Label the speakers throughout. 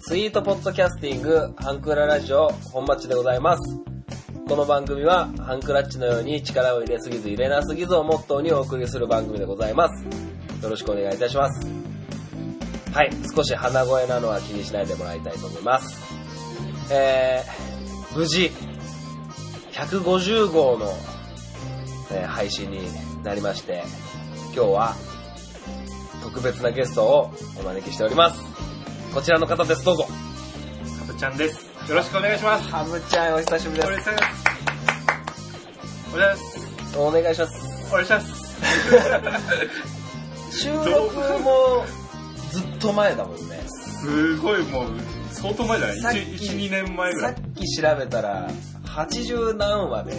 Speaker 1: スイートポッドキャスティング、ハンクララジオ、本マッチでございます。この番組は、ハンクラッチのように力を入れすぎず入れなすぎずをモットーにお送りする番組でございます。よろしくお願いいたします。はい、少し鼻声なのは気にしないでもらいたいと思います。えー、無事、150号の、えー配信になりまして、今日は特別なゲストをお招きしております。こちらの方です、どうぞ。
Speaker 2: ハブちゃんです。よろしくお願いします。
Speaker 1: ハムちゃん、お久しぶり
Speaker 2: お願いします。お願いします。
Speaker 1: す。お願いします。
Speaker 2: お願いします。
Speaker 1: 収録もずっと前だもんね。
Speaker 2: すごいもう、相当前じゃ
Speaker 1: さっ
Speaker 2: ない
Speaker 1: き
Speaker 2: ?1、2年前ぐ
Speaker 1: さ
Speaker 2: ら
Speaker 1: っき
Speaker 2: い。
Speaker 1: 調べたら、80何 話で、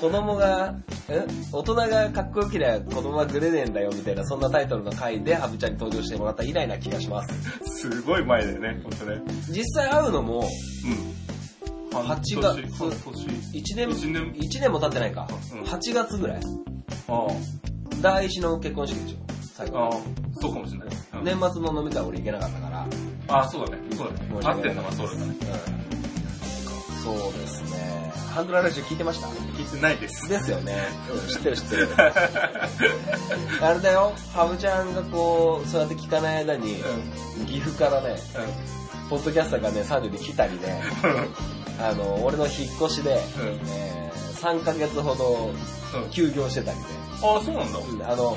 Speaker 1: 子供が、え大人がかっこよけりゃ子供はグレねえんだよみたいな、そんなタイトルの回でハブちゃんに登場してもらった以来な気がします。
Speaker 2: すごい前だよね、ほんとね。
Speaker 1: 実際会うのも、
Speaker 2: うん。
Speaker 1: 8月
Speaker 2: 半年半年。
Speaker 1: 1年、
Speaker 2: 一年
Speaker 1: 一年も経ってないか。
Speaker 2: うん
Speaker 1: 8月ぐらい。
Speaker 2: あ
Speaker 1: 第一の結婚式でしょ、最
Speaker 2: あ、あ
Speaker 1: 後
Speaker 2: あ。、そうかもしれない。うん
Speaker 1: 年末の飲み会俺行けなかったから。
Speaker 2: ああ、そうだね。そうだね。合ってんのがそうだね。
Speaker 1: うんそうですね。ハングララジオ聞いてました
Speaker 2: 聞いてないです。
Speaker 1: ですよね。うん知ってる知ってる。 あれだよ、ハブちゃんがこう、そうやって聞かない間に
Speaker 2: う、ん。うん。
Speaker 1: 岐阜からね、ポッドキャスターがね、サンに来たりね、あの、俺の引っ越しで、
Speaker 2: うん。うん。
Speaker 1: え3ヶ月ほど休業してたりね、
Speaker 2: ああ、そうなんだ。
Speaker 1: うんあの、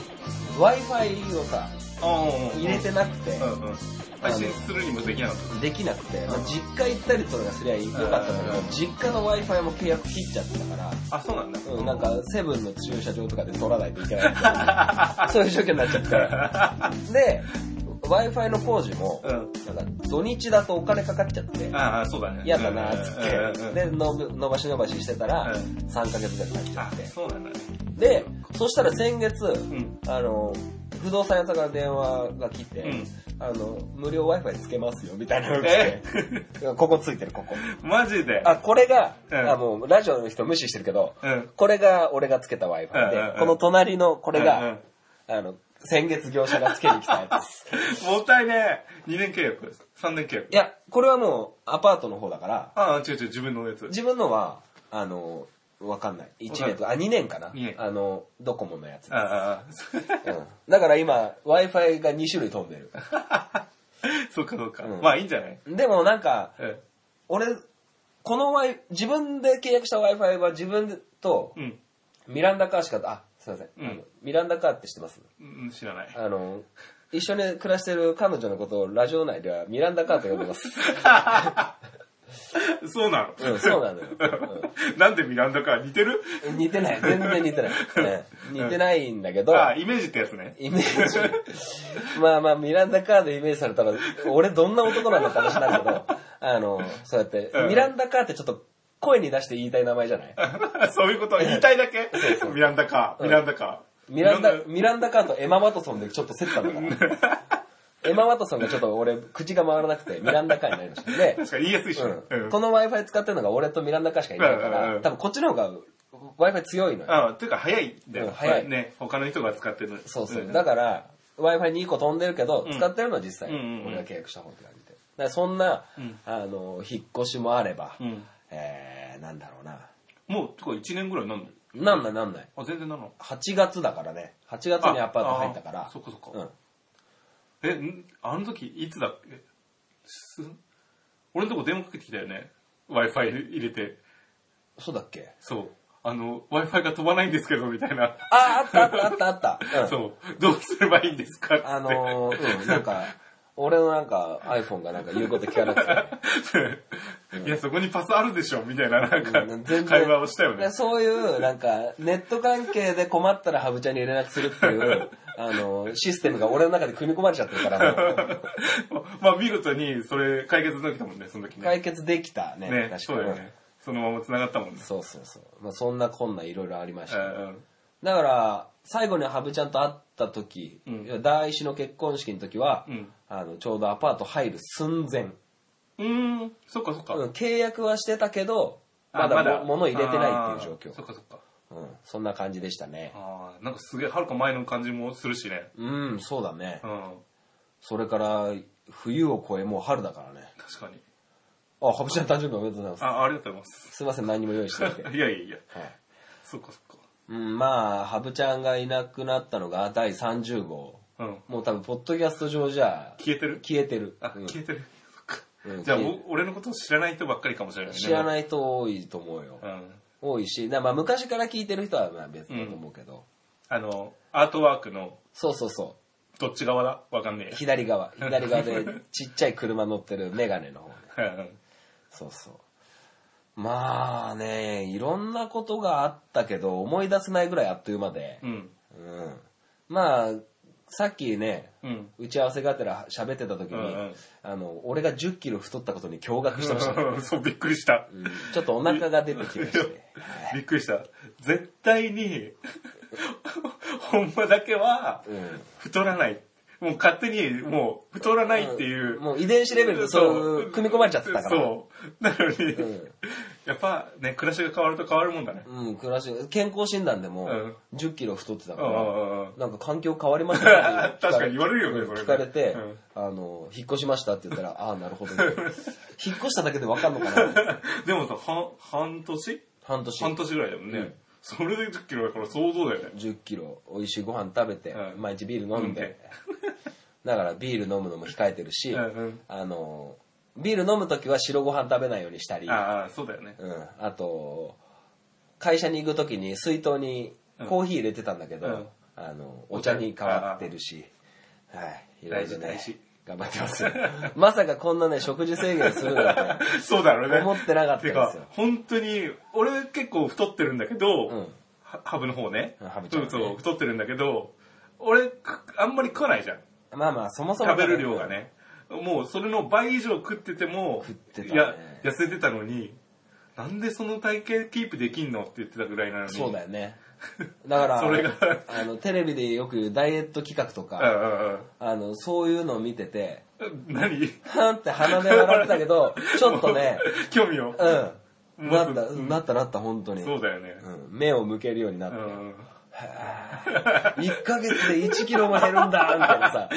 Speaker 1: Wi-Fi をさ、
Speaker 2: ああ、
Speaker 1: 入れてなくて、
Speaker 2: うんうん。配信するにもできなかっ
Speaker 1: できなくて、まあ、実家行ったりとかすりゃよかったんだけど
Speaker 2: う、ん
Speaker 1: 実家の Wi-Fi も契約切っちゃってたから、
Speaker 2: た。あ、そうなんだ。
Speaker 1: うん、なんか、セブンの駐車場とかで取らないといけないみたい なそういう状況になっちゃったから。で、Wi-Fi の工事も、
Speaker 2: うん。
Speaker 1: なんか土日だとお金かかっちゃって、
Speaker 2: ああ、そうだね。
Speaker 1: 嫌だなっつ
Speaker 2: うんうん
Speaker 1: っ
Speaker 2: う
Speaker 1: て、
Speaker 2: ん
Speaker 1: で、のぶ伸ばし伸ばししてたら
Speaker 2: う、ん
Speaker 1: 3ヶ月ぐらい経っちゃ
Speaker 2: あ
Speaker 1: っ、
Speaker 2: そうなんだね。
Speaker 1: て。で、そしたら先月、
Speaker 2: うん。
Speaker 1: あの、不動産屋さんから電話が来て、
Speaker 2: うん
Speaker 1: あの、無料 Wi-Fi つけますよ、みたいなのが来
Speaker 2: え
Speaker 1: て、ここついてる、ここ。
Speaker 2: マジで。
Speaker 1: あ、これが、
Speaker 2: うん
Speaker 1: あもうラジオの人無視してるけど、
Speaker 2: うん。
Speaker 1: これが俺がつけた Wi-Fi で、
Speaker 2: うんうんうん
Speaker 1: この隣のこれが、
Speaker 2: うんうん
Speaker 1: あの、先月業者がつけに来たや つ。
Speaker 2: もったいねえ。2年契約。3年契約
Speaker 1: い。や、これはもうアパートの方だから、
Speaker 2: ああ、違う違う、自分のやつ。
Speaker 1: 自分のは、あの、わかんない。1年とか、あ、2年かな
Speaker 2: 二。年
Speaker 1: あの、ドコモのやつ。
Speaker 2: ああ、 ああ
Speaker 1: うんだから今、Wi-Fi が2種類飛んでる。
Speaker 2: そっかそっか。
Speaker 1: うん
Speaker 2: まあいいんじゃない
Speaker 1: でもなんか、
Speaker 2: うん。
Speaker 1: 俺、この Wi、自分で契約した Wi-Fi は自分と
Speaker 2: うん
Speaker 1: ミランダカーしか、あ、すいません。
Speaker 2: うん
Speaker 1: あのミランダカーって知ってます
Speaker 2: うん。知らない。
Speaker 1: あの、一緒に暮らしてる彼女のことをラジオ内ではミランダカーと呼んでます。
Speaker 2: そうな
Speaker 1: う
Speaker 2: の。
Speaker 1: ん、そうなのよ。
Speaker 2: なんでミランダか似てる
Speaker 1: うん似てない。全然似 てない。ね似てないんだけど、
Speaker 2: ああ、イメージってやつね。
Speaker 1: イメージ。まあまあ、ミランダカーでイメージされたら、俺どんな男なのかもしれないけど、あの、そうやって
Speaker 2: う、ん
Speaker 1: ミランダカーってちょっと声に出して言いたい名前じゃない
Speaker 2: そういうこと。言いたいだけ。ミランダか。ミランダか。
Speaker 1: ミランダ、ミランダカーとエマ・ワトソンでちょっと競ったんだ から。エマ・ワトソンがちょっと俺、口が回らなくて、ミランダカーになりました。で、
Speaker 2: 確かに言いやすいしね。
Speaker 1: うん
Speaker 2: うん
Speaker 1: この Wi-Fi 使ってるのが俺とミランダカーしかいないか
Speaker 2: うんうん
Speaker 1: ら、
Speaker 2: うん
Speaker 1: 多分こっちの方が Wi-Fi 強いのよ。
Speaker 2: ああ、ていうか早いんだ
Speaker 1: うん
Speaker 2: よ。
Speaker 1: 早い
Speaker 2: ね、他の人が使ってるのに。
Speaker 1: そうそう。
Speaker 2: ん
Speaker 1: だから、Wi-Fi に1個飛んでるけど、
Speaker 2: ん
Speaker 1: 使ってるのは実際、
Speaker 2: うんうんうん
Speaker 1: 俺が契約した方って感じで。だからそんな、
Speaker 2: ん
Speaker 1: あの、引っ越しもあれば、
Speaker 2: うん
Speaker 1: えー、なんだろうな。
Speaker 2: もう、てか1年ぐらいなんの
Speaker 1: なんないなんない。
Speaker 2: あ、全然なの。
Speaker 1: 8月だからね。8月にアパート入ったから。
Speaker 2: ああそっかそっか
Speaker 1: うん。
Speaker 2: え、んあの時、いつだっけす俺のとこ電話かけてきたよね。Wi-Fi 入れて。
Speaker 1: そうだっ け
Speaker 2: そう。あの、Wi-Fi が飛ばないんですけど、みたいな。
Speaker 1: あ、あったあったあったあった。うん。
Speaker 2: そう。どうすればいいんですかって。
Speaker 1: あのー、うん、なんか、俺のなんか iPhone がなんか言うこと聞かなくて。
Speaker 2: いや、そこにパスあるでしょ、みたいな、なんか
Speaker 1: うん全然、
Speaker 2: 会話をしたよね
Speaker 1: で。そういう、なんか、ネット関係で困ったらハブちゃんに連絡するって いう、あの、システムが俺の中で組み込まれちゃってるから、 もう
Speaker 2: まあ、見事に、それ、解決できたもんね、その時ね。
Speaker 1: 解決できたね、
Speaker 2: ね、
Speaker 1: 確か
Speaker 2: そう
Speaker 1: に
Speaker 2: だよね。そのまま繋がったもんね。
Speaker 1: そうそうそう。まあ、そんなこんないろいろありまし
Speaker 2: う
Speaker 1: た。
Speaker 2: ん
Speaker 1: だから、最後にハブちゃんと会った時、第一の結婚式の時は、
Speaker 2: うん
Speaker 1: あの、ちょうどアパート入る寸前。
Speaker 2: うん。うーん、そっかそっか。
Speaker 1: うん契約はしてたけど、
Speaker 2: あ
Speaker 1: まだも物入れてないっていう状
Speaker 2: あーそっ
Speaker 1: 況。
Speaker 2: かそっか。
Speaker 1: うん、そんな感じでしたね。
Speaker 2: ああ、なんかすげえ、はるか前の感じもするしね。
Speaker 1: うん、そうだね。
Speaker 2: うん。
Speaker 1: それから、冬を越え、もう春だからね。
Speaker 2: 確かに。
Speaker 1: あ、ハブちゃん誕生日おめでとうございます。
Speaker 2: あ、ありがとうございます
Speaker 1: いません、何にも用意してなく て。は
Speaker 2: す。いやいやいや、
Speaker 1: い。
Speaker 2: そっかそっ
Speaker 1: うん、まあ、ハブちゃんがいなくなったのが第30号。
Speaker 2: か。うん。
Speaker 1: もう多分、ポッドキャスト上じゃ、
Speaker 2: 消えてる
Speaker 1: 消えてる。
Speaker 2: あ、
Speaker 1: うん
Speaker 2: 消えてる。そっか。
Speaker 1: うん
Speaker 2: じゃあ、
Speaker 1: 消え
Speaker 2: お俺のことを知らない人ばっかりかもしれないね。
Speaker 1: 知ら
Speaker 2: い。
Speaker 1: ない人多いと思うよ
Speaker 2: う。ん。
Speaker 1: 多いし、なまあ、昔から聞いてる人はまあ別だと思うけど。
Speaker 2: あの、アートワークの
Speaker 1: そうそうそ
Speaker 2: どっち側だわかんね
Speaker 1: う。左側。左側でちっちゃい車乗ってるメガネの方ね。
Speaker 2: えや。うん
Speaker 1: そうそう。まあね、いろんなことがあったけど、思い出せないぐらいあっという間で。
Speaker 2: うん。
Speaker 1: うん。まあ、さっきね、
Speaker 2: うん。
Speaker 1: 打ち合わせがてら喋ってた時に、
Speaker 2: うんうん
Speaker 1: あの、俺が10キロ太ったことに驚愕してましたね、
Speaker 2: そう、びっくりした。
Speaker 1: うんちょっとお腹が出てきました ね。
Speaker 2: びっくりした。絶対に、ほんまだけは、
Speaker 1: うん
Speaker 2: 太らない。もう勝手に、もう、太らないっていう。
Speaker 1: もう遺伝子レベルでそう、組み込まれちゃってたから。
Speaker 2: そう。なのに、
Speaker 1: うん
Speaker 2: やっぱね、暮らしが変わると変わるもんだね。
Speaker 1: うん、暮らし、健康診断でも
Speaker 2: うん
Speaker 1: 10キロ太ってた
Speaker 2: う
Speaker 1: か
Speaker 2: んう
Speaker 1: ら、
Speaker 2: んうん。
Speaker 1: なんか環境変わりましたって
Speaker 2: 確かに言われるよね
Speaker 1: うん
Speaker 2: それね
Speaker 1: 聞かれて、
Speaker 2: うん
Speaker 1: あの、引っ越しましたって言ったら、ああ、なるほど。 引っ越しただけでわかんのかな
Speaker 2: でもさ、半、半年
Speaker 1: 半年。
Speaker 2: 半年ぐらいだもんね。
Speaker 1: うん
Speaker 2: それで10キロだから想像だよね。
Speaker 1: 10キロ、美味しいご飯食べて、
Speaker 2: うん
Speaker 1: 毎日ビール飲ん
Speaker 2: うん
Speaker 1: で、 だからビール飲むのも控えてるし、
Speaker 2: うんうん
Speaker 1: あの、ビール飲むときは白ご飯食べないようにしたり、
Speaker 2: ああ、そうだよね。
Speaker 1: うん、あと、会社に行くときに水筒にコーヒー入れてたんだけど、
Speaker 2: うん
Speaker 1: あの、お茶に変わってるし、はい、いろいろ
Speaker 2: 大事大
Speaker 1: ね
Speaker 2: 事、
Speaker 1: 頑張ってますよ。 まさかこんなね、食事制限するなん て、
Speaker 2: そうだろうね。
Speaker 1: 思ってなかったんですよ
Speaker 2: てか、本当に、俺結構太ってるんだけど、
Speaker 1: うん
Speaker 2: はハブの方ね。
Speaker 1: ハブちゃんね
Speaker 2: そうそう、太ってるんだけど、俺、くあんまり食わないじゃん。
Speaker 1: まあまあ、そもそも、
Speaker 2: 食べる量が。ね。もう、それの倍以上食ってても、
Speaker 1: 食ってたね
Speaker 2: いや、痩せてたのに、なんでその体型キープできんのって言ってたぐらいなのに。
Speaker 1: そうだよね。だから、
Speaker 2: それが
Speaker 1: あの、テレビでよく言うダイエット企画とか、
Speaker 2: う
Speaker 1: あの、そういうのを見てて、
Speaker 2: んうんうん。何
Speaker 1: はーんって鼻で笑ってたけ ど、ちょっとね、。
Speaker 2: 興味を。
Speaker 1: うん。
Speaker 2: も
Speaker 1: な
Speaker 2: っと
Speaker 1: った、
Speaker 2: うん
Speaker 1: なったなった、本当に。
Speaker 2: そうだよね。
Speaker 1: うん目を向けるようになっ
Speaker 2: う
Speaker 1: て、
Speaker 2: ん。
Speaker 1: 1ヶ月で1キロも減るんだみたいなさ、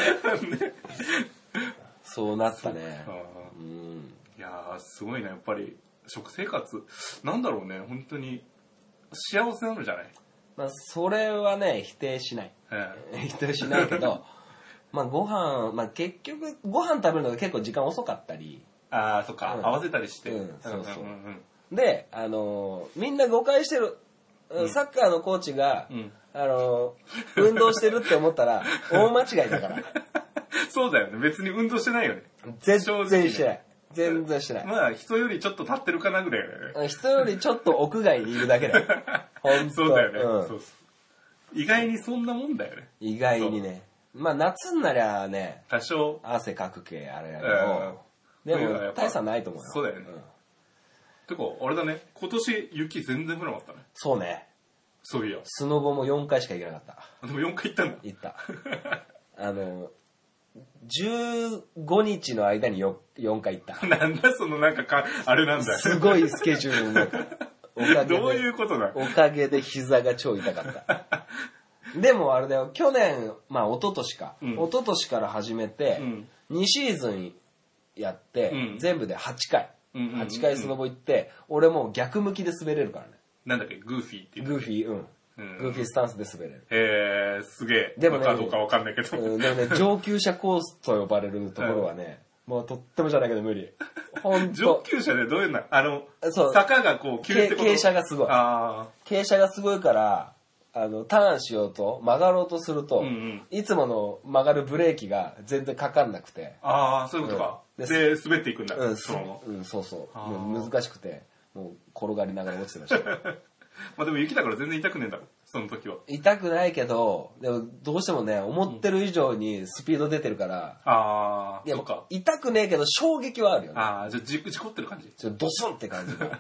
Speaker 1: そうなったね
Speaker 2: あ。
Speaker 1: う
Speaker 2: ー
Speaker 1: ん。
Speaker 2: いやー、すごいね、やっぱり。食生活、なんだろうね、本当に。幸せなのじゃない、
Speaker 1: まあ、それはね、否定しない。
Speaker 2: うん
Speaker 1: 否定しないけど、 まあ、ご飯、まあ、結局、ご飯食べるのが結構時間遅かったり、
Speaker 2: ああ、そっか、
Speaker 1: うん
Speaker 2: 合わせたりして。
Speaker 1: うんそうそうん
Speaker 2: ん
Speaker 1: で、あのーみんな誤解してる、うんサッカーのコーチが、
Speaker 2: うん
Speaker 1: あのー運動してるって思った ら、大間違いだから。
Speaker 2: そうだよね、別に運動してないよね。
Speaker 1: 全
Speaker 2: 正直ね
Speaker 1: 然してない。全然してない。
Speaker 2: まあ、人よりちょっと立ってるかなぐらいだよね。
Speaker 1: 人よりちょっと屋外にいるだけ だよ。本当
Speaker 2: そうだよね、
Speaker 1: うん
Speaker 2: そうそう意外にそんなもんだよね。
Speaker 1: 意外にね。まあ夏になりゃね、
Speaker 2: 多少、
Speaker 1: 汗かくけあれやけ
Speaker 2: うん
Speaker 1: ど、で
Speaker 2: 冬はや
Speaker 1: も
Speaker 2: っぱ
Speaker 1: 大差ないと思うよ。
Speaker 2: そうだよね
Speaker 1: ん
Speaker 2: てか、あれだね、今年雪全然降らなかったね。
Speaker 1: そうね。
Speaker 2: そういや。
Speaker 1: スノボも4回しか行けなかった。
Speaker 2: でも4回行ったんだ。
Speaker 1: 行 った。あの、15日の間に 4, 4回行 った。
Speaker 2: なんだそのなんかか、あれなんだ。
Speaker 1: すごいスケジュールの中おかげ
Speaker 2: どうい
Speaker 1: で、
Speaker 2: うことだ
Speaker 1: おかげで膝が超痛かった。でもあれだよ、去年、まあ一昨年か、
Speaker 2: うん
Speaker 1: 一昨年から始めて、
Speaker 2: うん
Speaker 1: 2シーズンやって、
Speaker 2: うん
Speaker 1: 全部で8回、
Speaker 2: うんうんうんうん
Speaker 1: 8回スノボ行って、俺もう逆向きで滑れるからね。
Speaker 2: なんだっけ、グーフィーっていう。
Speaker 1: グーフィー、うん。
Speaker 2: うん
Speaker 1: グーフィースタンスで滑れる。
Speaker 2: えー、すげえ。
Speaker 1: でもね
Speaker 2: かどうかわかんないけど。
Speaker 1: うん、 でもね、上級者コースと呼ばれるところはね、もうとってもじゃないけど無理。ほん
Speaker 2: 上
Speaker 1: と、
Speaker 2: 級者でどういうのあの
Speaker 1: そう、
Speaker 2: 坂がこう急ってこと
Speaker 1: け傾斜がすごい
Speaker 2: あ
Speaker 1: 傾斜がすごいから、あの、ターンしようと、曲がろうとすると、
Speaker 2: うんうん
Speaker 1: いつもの曲がるブレーキが全然かかんなくて、
Speaker 2: あ、ああ、そういうことか。
Speaker 1: うん
Speaker 2: で、滑っていくんだ。
Speaker 1: うん、
Speaker 2: そ
Speaker 1: そ
Speaker 2: の
Speaker 1: う
Speaker 2: まま
Speaker 1: うん、そうそう。
Speaker 2: あー
Speaker 1: もう難しくて、もう転がりながら落ちてました。
Speaker 2: まあでも雪だから全然痛くねえんだろ、その時は。
Speaker 1: 痛くないけど、でもどうしてもね、思ってる以上にスピード出てるから、
Speaker 2: ああ、
Speaker 1: いや
Speaker 2: そうか。
Speaker 1: 痛くねえけど衝撃はあるよね。
Speaker 2: ああ、じゃあ事事故ってる感じ。
Speaker 1: ちょっとドスンって感じ が。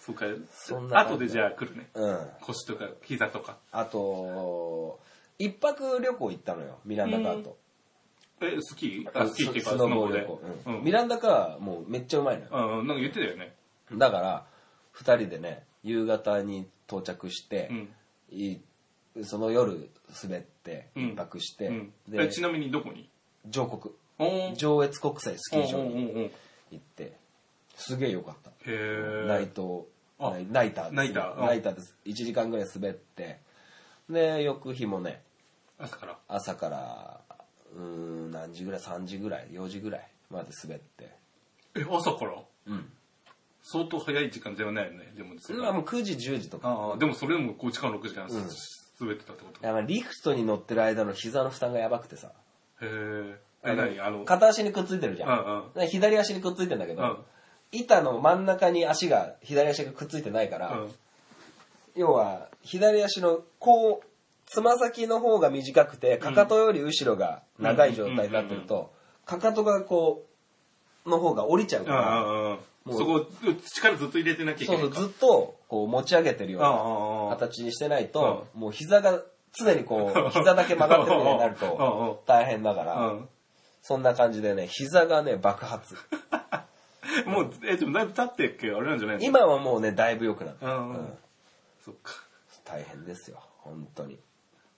Speaker 2: そうか。
Speaker 1: そんな感じ
Speaker 2: 後でじゃあ来るね。
Speaker 1: うん。うん。
Speaker 2: 腰とか膝とか。
Speaker 1: あと、一泊旅行行ったのよ、ミランダカーと。
Speaker 2: え、スキーあスキーっていうか、
Speaker 1: ス
Speaker 2: ス
Speaker 1: ノ
Speaker 2: ノ
Speaker 1: ボ
Speaker 2: ボ
Speaker 1: 旅
Speaker 2: で
Speaker 1: 行。。
Speaker 2: う
Speaker 1: うん
Speaker 2: ん。
Speaker 1: ミランダカーはもうめっちゃうまいのよ。
Speaker 2: うん、なんか言ってたよね。
Speaker 1: だから、二人でね、夕方に到着して
Speaker 2: う、ん。
Speaker 1: いその夜滑って、
Speaker 2: うん
Speaker 1: 一泊して、
Speaker 2: うん、
Speaker 1: で
Speaker 2: えちなみにどこに
Speaker 1: 上国
Speaker 2: おー
Speaker 1: 上越国際スキー場
Speaker 2: うん
Speaker 1: に
Speaker 2: うんうんうんへ
Speaker 1: 行ってすげえ良かった
Speaker 2: え
Speaker 1: ナイト
Speaker 2: あ
Speaker 1: ナイナイターです
Speaker 2: ナイターあ
Speaker 1: ナイターです1時間ぐらい滑ってで翌日もね
Speaker 2: 朝から
Speaker 1: 朝からうーん何時ぐらい3時ぐらい4時ぐらいまで滑って
Speaker 2: え朝から
Speaker 1: うん
Speaker 2: 相当早い時間ではないよねでもです
Speaker 1: まあもう9時10時とか
Speaker 2: ああでもそれでも5時間6時間
Speaker 1: ん
Speaker 2: 滑ってたってこと
Speaker 1: いやまあリフトに乗ってる間の膝の負担がやばくてさ
Speaker 2: へーえ何あの
Speaker 1: 片足にくっついてるじゃん、
Speaker 2: うんうん
Speaker 1: で左足にくっついてんだけど、
Speaker 2: うん
Speaker 1: 板の真ん中に足が左足がくっついてないから、
Speaker 2: うん
Speaker 1: 要は左足のこうつま先の方が短くてかかとより後ろが長い状態になってるとかかとがこうの方が降りちゃうか
Speaker 2: ああ
Speaker 1: ら
Speaker 2: ああ
Speaker 1: もう
Speaker 2: そこ力ずっと入れてなきゃい
Speaker 1: そ
Speaker 2: け
Speaker 1: う
Speaker 2: な
Speaker 1: そ
Speaker 2: いうか
Speaker 1: ずっとこう持ち上げてるよう
Speaker 2: ああ
Speaker 1: な
Speaker 2: ああああ
Speaker 1: 形にしてないともう膝が常にこう膝だけ曲がってるようになると大変だから
Speaker 2: う
Speaker 1: そんな感じでね膝がね爆 発
Speaker 2: んもうえでもだいぶ経ってっけあれなんじゃないの
Speaker 1: 今はもうねだいぶ良くなった
Speaker 2: うんうん
Speaker 1: うん
Speaker 2: そっか
Speaker 1: 大変ですよ本当に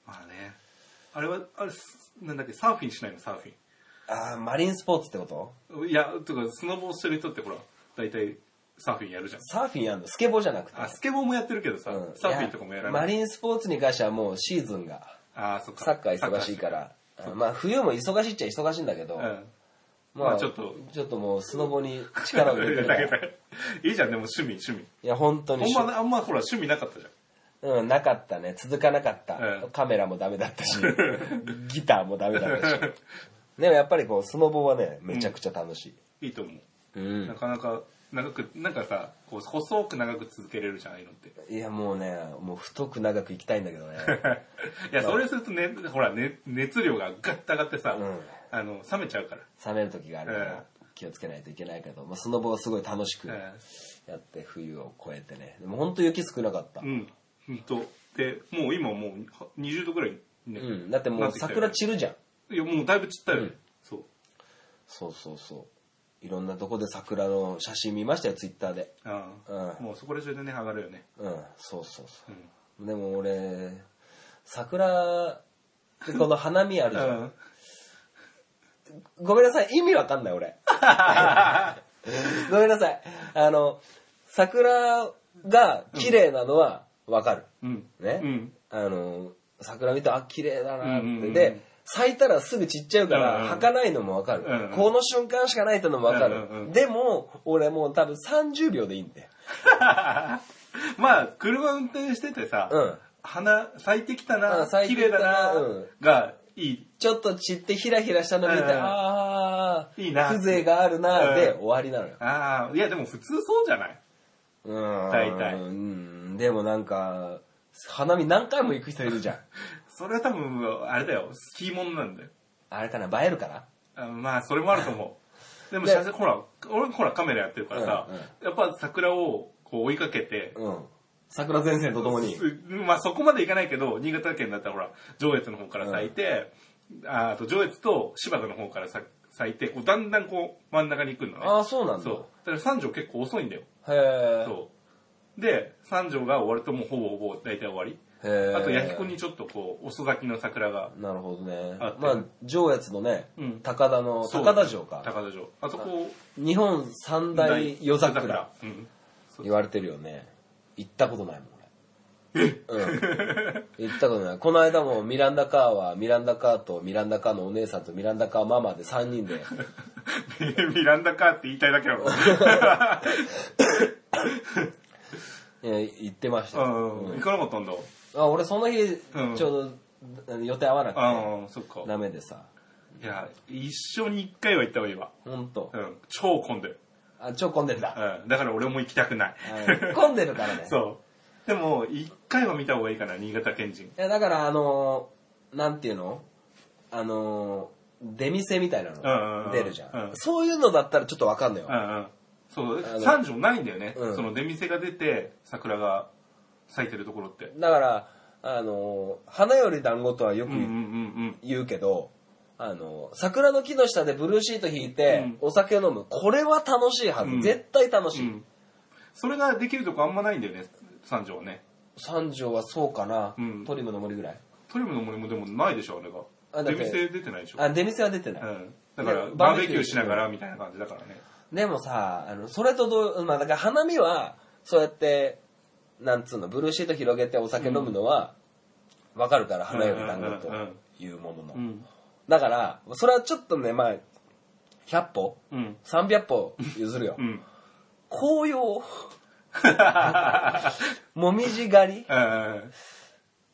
Speaker 2: まあねあれはあれすなんだっけサーフィンしないのサーフ
Speaker 1: ああマリンスポーツってこと
Speaker 2: ィンいやとかスノボをしてる人ってほら大体サーフィンやるじゃん
Speaker 1: サーフィンやるのスケボーじゃなくて
Speaker 2: あスケボーもやってるけどさ、
Speaker 1: うん
Speaker 2: サーフィンとかもやら
Speaker 1: いやマ
Speaker 2: ない
Speaker 1: リンスポーツに関してはもうシーズンが
Speaker 2: あーそっか
Speaker 1: サッカー忙しいからあまあ冬も忙しいっちゃ忙しいんだけど、
Speaker 2: サッカーうん
Speaker 1: ま
Speaker 2: ま
Speaker 1: あ
Speaker 2: あちょっと
Speaker 1: ちょっともうスノボに力を入 れてない
Speaker 2: いいじゃんでも趣味趣味
Speaker 1: いや本当に
Speaker 2: ほんまあんまほら趣味なかったじゃん
Speaker 1: うん、なかったね続かなかった、
Speaker 2: うん
Speaker 1: カメラもダメだった しギターもダメだったしでもやっぱりこうスノボはねめちゃくちゃ楽しい、
Speaker 2: いいと思
Speaker 1: う、
Speaker 2: う、なんかなか長くなんかさこう細く長く続けれるじゃんああいうのっ て
Speaker 1: いやもうねもう太く長くいきたいんだけど ね
Speaker 2: いやそれするとねほら、ね、熱量がガッと上がってさ、
Speaker 1: うん
Speaker 2: あの冷めちゃうから、
Speaker 1: 冷める時があるか
Speaker 2: うん
Speaker 1: ら気をつけないといけないけど、まあ、スノボはすごい楽しく、
Speaker 2: え
Speaker 1: やって冬を越えてねでも本当雪少なかった、
Speaker 2: ーうんほんとでもう今もう20度ぐらい、ね
Speaker 1: うんだってもう桜散るじゃん
Speaker 2: いやもうだいぶ散ったよ、ねそう
Speaker 1: そうそうそういろんなとこで桜の写真見ましたよツイッターで
Speaker 2: ああ、
Speaker 1: うん
Speaker 2: もうそこら中でね上がるよね、
Speaker 1: うんそうそうそう
Speaker 2: うん
Speaker 1: でも俺桜ってこの花見あるじゃん、ごめんなさい意味わかんない俺 ごめんなさいあの桜が綺麗なのはわかる、
Speaker 2: うん
Speaker 1: ね、
Speaker 2: うん
Speaker 1: あの桜見てあ綺麗だなって、
Speaker 2: うんうんうん
Speaker 1: で咲いたらすぐ散っちゃうか
Speaker 2: うん
Speaker 1: ら
Speaker 2: うん
Speaker 1: 儚かないのもわかる、
Speaker 2: うんうん
Speaker 1: この瞬間しかないってのもわかる、
Speaker 2: うんうんうん
Speaker 1: でも俺もう多分30秒でいいんだよ
Speaker 2: まあ車運転しててさ、
Speaker 1: うん
Speaker 2: 花咲いてきたな、
Speaker 1: うん咲い
Speaker 2: 綺
Speaker 1: てき
Speaker 2: 麗
Speaker 1: た
Speaker 2: だ
Speaker 1: な
Speaker 2: な、
Speaker 1: うん
Speaker 2: がいい
Speaker 1: ちょっと散ってヒラヒラしたの見て、
Speaker 2: うんうん
Speaker 1: ああ
Speaker 2: いいな
Speaker 1: 風情があるなで
Speaker 2: うん
Speaker 1: 終わりなのよ
Speaker 2: ああいやでも普通そうじゃない
Speaker 1: うん
Speaker 2: 大体
Speaker 1: うんでもなんか花見何回も行く人いるじゃ ん
Speaker 2: それは多分あれだよスキーものなんだよ
Speaker 1: あれかな映えるかな
Speaker 2: あまあそれもあると思 うでも
Speaker 1: で
Speaker 2: 写真ほら俺ほらカメラやってるからさ、
Speaker 1: うんうん
Speaker 2: やっぱ桜をこう追いかけて、
Speaker 1: うん桜前線とともに
Speaker 2: すまあそこまでいかないけど新潟県だったらほら上越の方から咲いて、ああと上越と芝生の方からさ咲いてこうだんだんこう真ん中に行くのね
Speaker 1: ああそうなんだ
Speaker 2: そうだから三条結構遅いんだよ
Speaker 1: へえ
Speaker 2: そうで三条が終わるともうほぼほぼ大体終わり
Speaker 1: へー
Speaker 2: あと焼き子にちょっとこう遅咲きの桜が
Speaker 1: なるほどね
Speaker 2: あっ。て
Speaker 1: まあ、上越のね、
Speaker 2: うん
Speaker 1: 高田の、
Speaker 2: そう
Speaker 1: 高田城か。
Speaker 2: 高田城あそこ
Speaker 1: 日本三大夜桜、
Speaker 2: うん、 そう
Speaker 1: 言われてるよね。行ったことないもん、俺。うん、行ったことない。この間もミランダカーは、ミランダカーとミランダカーのお姉さんとミランダカーママで3人 で、
Speaker 2: ミランダかって言いたい だけなの
Speaker 1: えー行ってましたよ、
Speaker 2: うん行かなかったんだ
Speaker 1: あ俺その日
Speaker 2: う、ん
Speaker 1: ちょうどあの予定合わなくて、
Speaker 2: ああそっか
Speaker 1: ダメでさ、
Speaker 2: いや一生に一回は行った方がいいわ
Speaker 1: ほんと
Speaker 2: う。ん超混んでる、
Speaker 1: あ、超混んでるんだ。
Speaker 2: うん、だから俺も行きたくない
Speaker 1: あの混んでるからね。
Speaker 2: そうでも一回は見た方がいいかな新潟県人
Speaker 1: いやだからあのーなんていうのあのー出店みたいな
Speaker 2: うんうんう
Speaker 1: の
Speaker 2: ん
Speaker 1: 出るじゃん,、
Speaker 2: うん
Speaker 1: そういうのだったらちょっとわかんないよ、
Speaker 2: うんうんそう
Speaker 1: あの
Speaker 2: 三条ないんだよね、
Speaker 1: うん
Speaker 2: その出店が出て桜が咲いてるところって
Speaker 1: だからあのー花より団子とはよく
Speaker 2: うんうんうん
Speaker 1: 言うけど、あのー桜の木の下でブルーシート引いて
Speaker 2: うん
Speaker 1: お酒を飲むこれは楽しいはず、
Speaker 2: うん
Speaker 1: 絶対楽
Speaker 2: う
Speaker 1: し
Speaker 2: んう
Speaker 1: い、
Speaker 2: んそれができるとこあんまないんだよね三条はね
Speaker 1: 三条はそうかな、
Speaker 2: うん
Speaker 1: トリムの森ぐらい
Speaker 2: トリムの森もでもないでしょあれが
Speaker 1: あだ
Speaker 2: 出
Speaker 1: って
Speaker 2: 店出てないでしょ。
Speaker 1: あ、出店は出てない。
Speaker 2: うん。だから、
Speaker 1: で
Speaker 2: バーベキューしながらみたいな感じだからね。
Speaker 1: でもさ、あの、それとどう、まあだから花見は、そうやって、なんつうの、ブルーシート広げてお酒飲むのは、わかるから、花より団子というものの。
Speaker 2: うん。
Speaker 1: だから、それはちょっとね、まあ、100歩
Speaker 2: うん。
Speaker 1: 300歩譲るよ
Speaker 2: う。ん。
Speaker 1: 紅葉、もみじ狩り
Speaker 2: うん。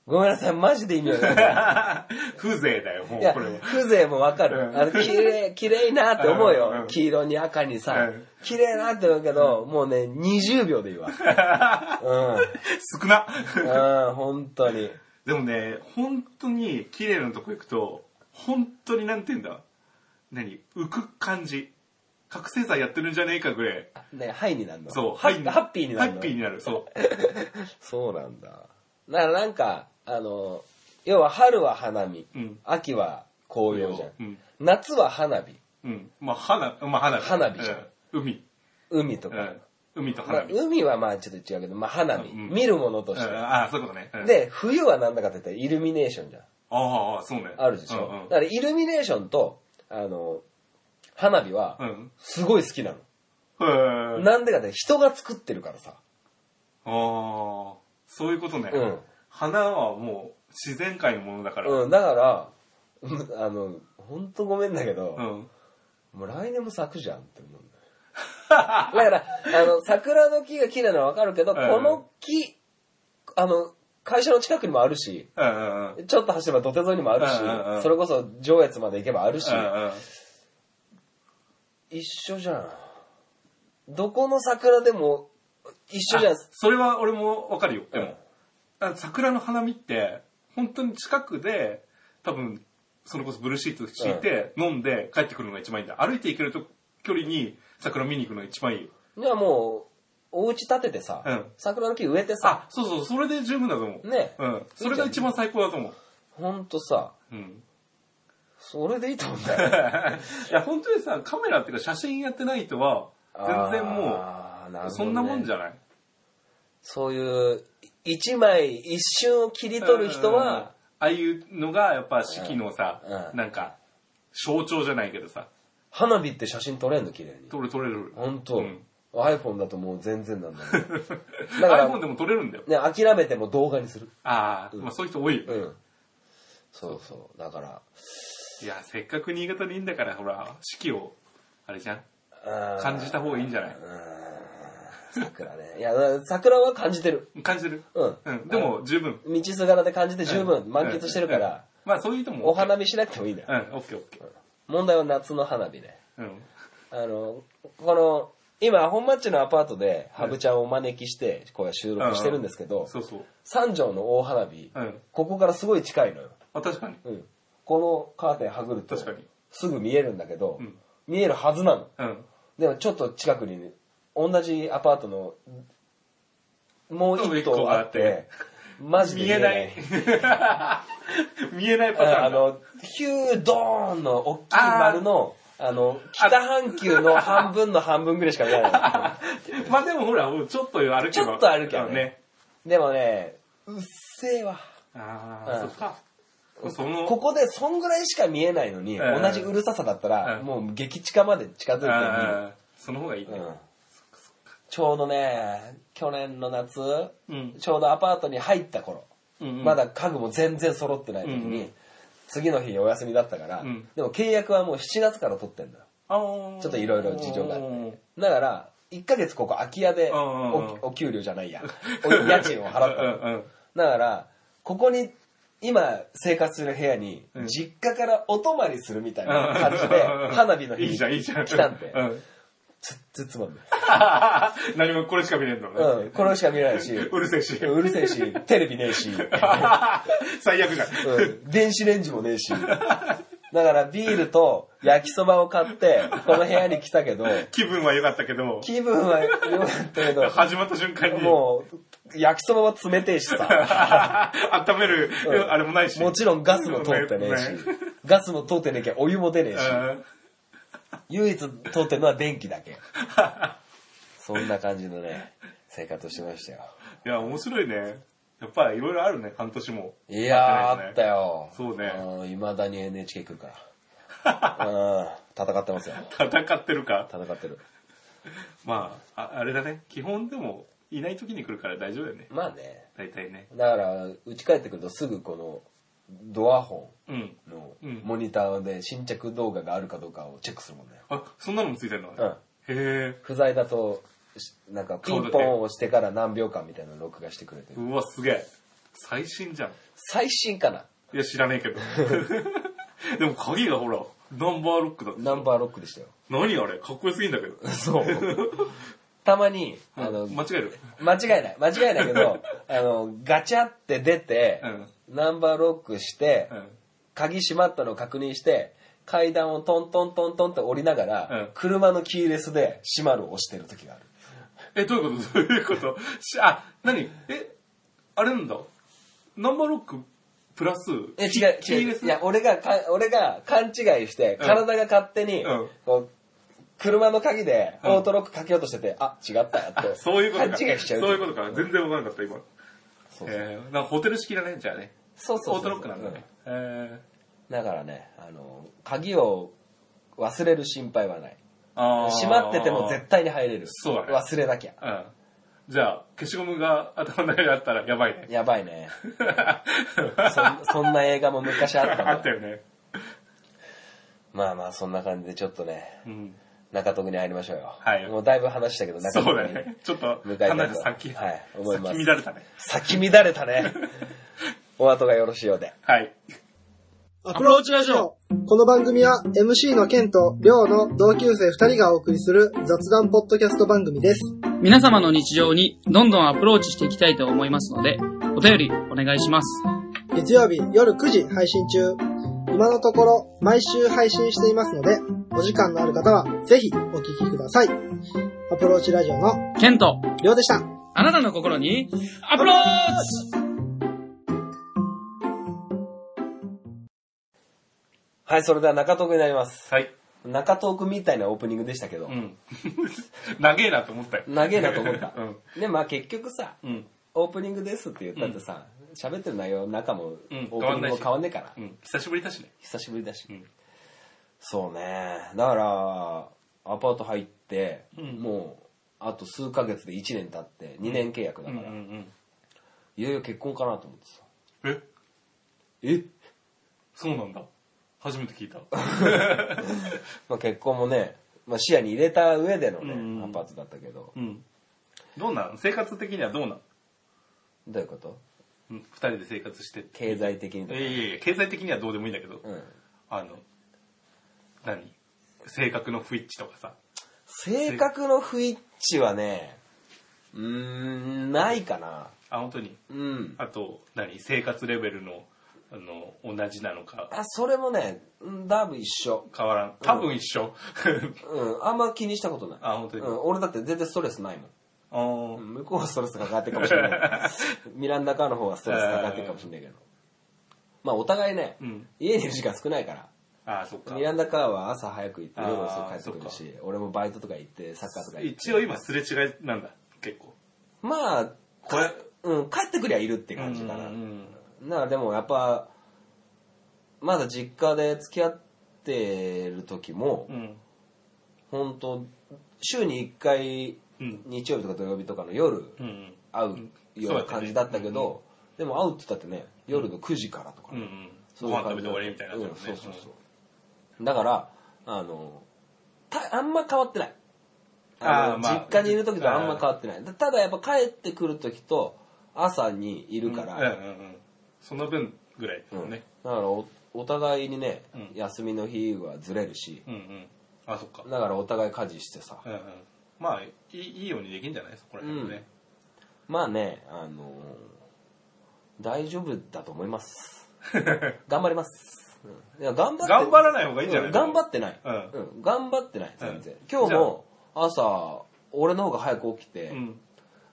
Speaker 1: ごめんなさい、マジで意味わかん ない。
Speaker 2: 風情だよ、もう
Speaker 1: いや、
Speaker 2: これは。
Speaker 1: 風情もわか
Speaker 2: うん
Speaker 1: る。あの、綺麗、綺麗なって思う
Speaker 2: うんう
Speaker 1: よ
Speaker 2: ん。
Speaker 1: 黄色に赤にさ
Speaker 2: うん。
Speaker 1: 綺麗なって思うけど、もうね、20秒で いいわ。う
Speaker 2: 少な。
Speaker 1: ん。うん、本当に。
Speaker 2: でもね、本当に綺麗なとこ行くと、本当になんて言うんだ。何浮く感じ。覚醒剤やってるんじゃねえかぐらい。
Speaker 1: ね、ハイになるの。
Speaker 2: そう、
Speaker 1: ハ
Speaker 2: ハイ
Speaker 1: ッハッピーになる
Speaker 2: ハ
Speaker 1: の
Speaker 2: ッピ。ーになる、そう。
Speaker 1: そうなんだ。だからなんか、あの、要は春は花見
Speaker 2: うん、
Speaker 1: 秋は紅葉じゃ
Speaker 2: うん
Speaker 1: ん。夏は花火、
Speaker 2: うん。まあ、花、まあ、花火。
Speaker 1: 花火じゃん
Speaker 2: うん海。
Speaker 1: 海と
Speaker 2: う
Speaker 1: か。
Speaker 2: ん。海と
Speaker 1: ま
Speaker 2: 花
Speaker 1: あ
Speaker 2: 火。
Speaker 1: 海はまあちょっと違うけど、まあ花火。
Speaker 2: うん
Speaker 1: 見るものとし
Speaker 2: う
Speaker 1: て。
Speaker 2: んああ、そういうことね。うん、
Speaker 1: で、冬はなんだかって言ったらイルミネーションじゃん。
Speaker 2: ああ、そうね。
Speaker 1: あるでしょ、だからイルミネーションとあの花火は
Speaker 2: うんうん。
Speaker 1: すごい好きなの、
Speaker 2: うん。へえ。
Speaker 1: なんでかって人が作ってるからさ
Speaker 2: ああ、そういうことね。
Speaker 1: うん
Speaker 2: 花はもう自然界のものだから。
Speaker 1: うんだから うんあの本当ごめんだけど
Speaker 2: う、ん。
Speaker 1: もう来年も咲くじゃんって思うんだよだからあの桜の木が綺麗なのはわかるけど、
Speaker 2: ん
Speaker 1: この木あの会社の近くにもあるし
Speaker 2: うんうんうん。
Speaker 1: ちょっと走れば土手沿いにもあるし、
Speaker 2: うんうんうん
Speaker 1: それこそ上越まで行けばあるし、
Speaker 2: うんうん
Speaker 1: 一緒じゃんどこの桜でも一緒じゃん
Speaker 2: あそれは俺もわかるよ。で
Speaker 1: うん
Speaker 2: も、あ桜の花見って、本当に近くで、多分、それこそブルーシート敷いて、飲んで帰ってくるのが一番いいんだ。歩いて行けると距離に桜見に行くのが一番いいよ。
Speaker 1: じゃあもう、お家建ててさ、
Speaker 2: うん
Speaker 1: 桜の木植えてさ、
Speaker 2: あ、そうそう、それで十分だと思う。
Speaker 1: ね
Speaker 2: うん。それが一番最高だと思う。
Speaker 1: ほんとさ、
Speaker 2: うん。
Speaker 1: それでいいと思うんだよ。
Speaker 2: いや、本当にさ、カメラっていうか写真やってない人は、全然も
Speaker 1: あーなるほどね
Speaker 2: う、そんなもんじゃない
Speaker 1: そういう、い一枚一瞬を切り取る人
Speaker 2: うんうんうんあ
Speaker 1: は、
Speaker 2: あいうのが、やっぱ四季のさ、
Speaker 1: うん
Speaker 2: なんか、象徴じゃないけどさ、
Speaker 1: 花火って写真撮れんの綺麗に。
Speaker 2: 撮れ撮れる。
Speaker 1: ほんと、
Speaker 2: うん
Speaker 1: iPhone だともう全然なんだけ どだから
Speaker 2: iPhone でも撮れるんだよ。
Speaker 1: ね、諦めても動画にする。
Speaker 2: ああ、まあそういう人多いよ
Speaker 1: う
Speaker 2: ね。
Speaker 1: ん。そうそう。だから、
Speaker 2: いや、せっかく新潟にいんだから、ほら、四季を、あれじゃん
Speaker 1: あー
Speaker 2: 感じた方がいいんじゃない
Speaker 1: 桜ね。いや、桜は感じてる。
Speaker 2: 感じてる
Speaker 1: うん
Speaker 2: うん。でも、十分。
Speaker 1: 道すがらで感じて十分満喫してるか
Speaker 2: うん
Speaker 1: ら、。
Speaker 2: まあそういう人も。
Speaker 1: お花見しなくてもいいんだよ
Speaker 2: うん、オッケーオッケー。
Speaker 1: 問題は夏の花火ね。
Speaker 2: うん。
Speaker 1: あの、この、今、本マッチのアパートで、ハブちゃんをお招きして、こう収録してるんですけど、
Speaker 2: そうそう。
Speaker 1: 三条の大花火、
Speaker 2: うん
Speaker 1: ここからすごい近いのよ。
Speaker 2: あ、確かに。
Speaker 1: うんこのカーテンはぐると
Speaker 2: 確かに、
Speaker 1: すぐ見えるんだけど、
Speaker 2: うん
Speaker 1: 見えるはずなの。
Speaker 2: うん。
Speaker 1: でもちょっと近くにね、同じアパートの、もう一
Speaker 2: もう一
Speaker 1: 棟
Speaker 2: 個
Speaker 1: あ
Speaker 2: あ
Speaker 1: っ
Speaker 2: ってて、
Speaker 1: マジで
Speaker 2: 見
Speaker 1: 見え
Speaker 2: え
Speaker 1: な
Speaker 2: ないい。。見えないパターンだ。
Speaker 1: あの、ヒュードーンの大きい丸の、あの、北半球の半分の半分ぐらいしか見えな
Speaker 2: まあでもほら、ちょっと歩けば。
Speaker 1: ちょっと歩けばね
Speaker 2: う
Speaker 1: い。
Speaker 2: ん
Speaker 1: でもね、うっせえわ。
Speaker 2: あ
Speaker 1: う
Speaker 2: あ、
Speaker 1: ん
Speaker 2: そっか。その、
Speaker 1: ここでそんぐらいしか見えないのに、
Speaker 2: うん
Speaker 1: 同じうるささだったら、
Speaker 2: うん
Speaker 1: もう激近まで近づいて
Speaker 2: ああその方がいい
Speaker 1: 見
Speaker 2: ね
Speaker 1: る。うんちょうどね、去年の夏、
Speaker 2: うん
Speaker 1: ちょうどアパートに入った頃、
Speaker 2: うんうん
Speaker 1: まだ家具も全然揃ってない時に、
Speaker 2: うんうん
Speaker 1: 次の日お休みだったから、
Speaker 2: うん
Speaker 1: でも契約はもう7月から取ってんだよ。
Speaker 2: あー
Speaker 1: ちょっといろいろ事情があって。だから、1ヶ月ここ空き家で
Speaker 2: うんうんうん
Speaker 1: おお給料じゃないや、お家賃を払ったの。
Speaker 2: うんうん
Speaker 1: だから、ここに、今生活する部屋に
Speaker 2: う、ん
Speaker 1: 実家からお泊まりするみたいな感じで、花火の日
Speaker 2: いい
Speaker 1: に
Speaker 2: じゃん、いいじゃん。
Speaker 1: 来たんで
Speaker 2: う、ん
Speaker 1: つっつつまんない。
Speaker 2: 何もこれしか見れんのね。
Speaker 1: うん、これしか見れない し、
Speaker 2: うるせえし。
Speaker 1: うるせえし、テレビねえし、
Speaker 2: 最悪じゃん。
Speaker 1: うん、電子レンジもねえし。だからビールと焼きそばを買って、この部屋に来たけど、
Speaker 2: 気分は良かったけど、
Speaker 1: 気分は良かった けど、
Speaker 2: 始まった瞬間に、
Speaker 1: もう、焼きそばは冷てえしさ、
Speaker 2: 温める
Speaker 1: うん、
Speaker 2: あれもないし。
Speaker 1: もちろんガスも通ってねえ し、ガスも通ってねえけんお湯も出ねえ
Speaker 2: う
Speaker 1: し、
Speaker 2: ん
Speaker 1: 唯一通ってるのは電気だけ。そんな感じのね、生活をしてましたよ。
Speaker 2: いや、面白いね。やっぱりいろいろあるね、半年も。
Speaker 1: いやー、
Speaker 2: 会
Speaker 1: あってた
Speaker 2: ない
Speaker 1: よ。
Speaker 2: そうね
Speaker 1: いまだに NHK 来るから。うん、戦ってますよ。
Speaker 2: ですね戦ってるか。
Speaker 1: 戦ってる。
Speaker 2: まあ、ああれだね。基本でも、いない時に来るから大丈夫だよね。
Speaker 1: まあね。
Speaker 2: 大体ね。
Speaker 1: だから、家帰ってくるとすぐこの、ドアホ
Speaker 2: うん。
Speaker 1: ンの
Speaker 2: うん
Speaker 1: モニターで新着動画があるかどうかをチェックするもんね。
Speaker 2: あ、そんなのもついてるの
Speaker 1: うん
Speaker 2: へえ。
Speaker 1: 不在だと、しなんかピンポンを押してから何秒間みたいなの録画してくれてる。
Speaker 2: うわ、すげえ。最新じゃん。
Speaker 1: 最新かない
Speaker 2: や、知らねえ けど。でも鍵がほら、ナンバーロックだって。
Speaker 1: ナンバーロックでしたよ。
Speaker 2: 何あれかっこよすぎんだけど。
Speaker 1: そう。 たまに、あの、
Speaker 2: 間違える。
Speaker 1: 間違いない。間違いないけど、 あの、ガチャって出て、ナンバーロックして、
Speaker 2: うん。
Speaker 1: 鍵閉まったのを確認して、階段をトントントントンって降りながら、
Speaker 2: うん
Speaker 1: 車のキーレスで閉まるを押してる時がある。
Speaker 2: え、どういうことどう いうことしあ、何え、あれなんだ。ナンバーロックプラス、
Speaker 1: え、
Speaker 2: キ
Speaker 1: 違う、
Speaker 2: キー
Speaker 1: 違
Speaker 2: レ
Speaker 1: う。
Speaker 2: ス
Speaker 1: いや、俺がか、俺が勘違いして、
Speaker 2: うん
Speaker 1: 体が勝手に、
Speaker 2: うん
Speaker 1: こう、車の鍵で
Speaker 2: うん
Speaker 1: オートロックかけようとしてて、あ、違ったよって。
Speaker 2: そういうことか。
Speaker 1: 勘違いしちゃう。
Speaker 2: そういうことか。全然わからなかった、今。
Speaker 1: そうそう
Speaker 2: えー、なんかホテル式だね、じゃあね。
Speaker 1: そうそうそう
Speaker 2: オートロックなんだね。え
Speaker 1: だからね、あの、鍵を忘れる心配はない。
Speaker 2: ー、あー
Speaker 1: 閉まってても絶対に入れる。
Speaker 2: そうだね
Speaker 1: 忘れなきゃ。
Speaker 2: うん。じゃあ、消しゴムが頭の中にあったらやばいね。
Speaker 1: やばいね。そ んそんな映画も昔あった
Speaker 2: あ
Speaker 1: ん
Speaker 2: った
Speaker 1: だ。
Speaker 2: よね。
Speaker 1: まあまあ、そんな感じでちょっとね、
Speaker 2: うん。
Speaker 1: 中徳に入りましょうよ。
Speaker 2: はい
Speaker 1: もうだいぶ話したけど、中
Speaker 2: そうだ
Speaker 1: 徳に。
Speaker 2: ね。ちょっと
Speaker 1: 向かい、たいと
Speaker 2: 話が先、
Speaker 1: はい思います
Speaker 2: 先乱れたね。
Speaker 1: 先乱れたね。 お後がよろしいようで。
Speaker 2: はい。
Speaker 3: アプローチラジオこの番組は MC のケンとりょうの同級生2人がお送りする雑談ポッドキャスト番組です。
Speaker 4: 皆様の日常にどんどんアプローチしていきたいと思いますので、お便りお願いします。
Speaker 3: 月曜日夜9時配信中。今のところ毎週配信していますので、お時間のある方はぜひお聞きください。アプローチラジオの
Speaker 4: ケント、
Speaker 3: りょうでした。
Speaker 4: あなたの心にアプローチ
Speaker 1: はい、それでは中徳になります。
Speaker 2: はい。
Speaker 1: 中徳みたいなオープニングでしたけど
Speaker 2: う、ん。 長えなと思ったよ。
Speaker 1: 長えなと思った
Speaker 2: うん。
Speaker 1: で、まあ結局さ、
Speaker 2: うん。
Speaker 1: オープニングですって言ったってさ、喋ってる内容、中も、オ
Speaker 2: うん
Speaker 1: ープニングも
Speaker 2: 変
Speaker 1: 変
Speaker 2: わ
Speaker 1: わ
Speaker 2: ん
Speaker 1: んね
Speaker 2: ない
Speaker 1: え
Speaker 2: し
Speaker 1: から
Speaker 2: う。ん。久しぶりだしね。
Speaker 1: 久しぶりだし
Speaker 2: う。ん。
Speaker 1: そうね。だから、アパート入って、
Speaker 2: うん
Speaker 1: もう、あと数ヶ月で1年経って、2年契約だ
Speaker 2: う
Speaker 1: か
Speaker 2: んう
Speaker 1: ら、
Speaker 2: んうん。
Speaker 1: いよいよ結婚かなと思ってさ。
Speaker 2: え
Speaker 1: え、
Speaker 2: そうなんだ。初めて聞いた。
Speaker 1: まあ、結婚もね、まあ、視野に入れた上でのね、
Speaker 2: うんうん
Speaker 1: アパートだったけど、
Speaker 2: うん。どうなん生活的にはどうなん
Speaker 1: どういうこと
Speaker 2: うん二人で生活してって。
Speaker 1: 経済的にと
Speaker 2: い
Speaker 1: か
Speaker 2: やいやいや、経済的にはどうでもいいんだけど、
Speaker 1: うん。
Speaker 2: あの、何性格の不一致とかさ。
Speaker 1: 性格の不一致はね、うーん、ないかな。
Speaker 2: あ、本当に。
Speaker 1: うん。
Speaker 2: あと、何生活レベルの、あの、同じなのか、
Speaker 1: あ、それもね、うんだいぶ一緒。
Speaker 2: 変わらん。多分一緒。
Speaker 1: うん、あんま気にしたことない。
Speaker 2: あ、本当に。
Speaker 1: うん、俺だって全然ストレスないもん。
Speaker 2: あー
Speaker 1: 向こうはストレスがかかってるかもしれ ないけどミランダカーの方はストレスかかってるかもしれないけどまあお互いね、
Speaker 2: うん
Speaker 1: 家にいる時間少ないから
Speaker 2: あー、そっか
Speaker 1: ミ。ランダカーは朝早く行って
Speaker 2: あー
Speaker 1: 夜遅く帰ってくるし俺もバイトとか行ってサッカーとか行って
Speaker 2: 一応今すれ違いなんだ、結構。
Speaker 1: まあ
Speaker 2: これ
Speaker 1: うん、帰ってくりゃいるって感じかな、
Speaker 2: うんうん
Speaker 1: なあでもやっぱまだ実家で付き合ってる時も、
Speaker 2: うん。うん
Speaker 1: 本当週に1回
Speaker 2: うん
Speaker 1: 日曜日とか土曜日とかの夜、
Speaker 2: うん
Speaker 1: 会うような感じだったけど、でも会うって言ったってね夜の9時からとか
Speaker 2: うんう
Speaker 1: ね、
Speaker 2: ん
Speaker 1: そ
Speaker 2: ご
Speaker 1: ういう
Speaker 2: 飯
Speaker 1: 感
Speaker 2: 食べ
Speaker 1: じ
Speaker 2: て
Speaker 1: だった
Speaker 2: 終わりみたいな感じ
Speaker 1: うん
Speaker 2: だね
Speaker 1: そうそうそうだからあのたあんま変わってない
Speaker 2: あー
Speaker 1: あの
Speaker 2: まあ
Speaker 1: 実家にいる時とあんま変わってないただやっぱ帰ってくる時と朝にいる
Speaker 2: うん
Speaker 1: から、
Speaker 2: うんうんうんその分ぐらいだよね
Speaker 1: だからおお互いにね、
Speaker 2: うん
Speaker 1: 休みの日はずれるし
Speaker 2: うんうんあそっか
Speaker 1: だからお互い家事してさ、
Speaker 2: うんうんまあいいいいようにできんじゃないそこら辺もね
Speaker 1: まあねあの大丈夫だと思います 頑張ります、うんいや頑張って
Speaker 2: 頑張らない方がいいんじゃな
Speaker 1: う
Speaker 2: い
Speaker 1: ん頑張ってない、
Speaker 2: うん
Speaker 1: うん頑張ってない全然、
Speaker 2: うん
Speaker 1: 今日も朝俺の方が早く起きて、
Speaker 2: うん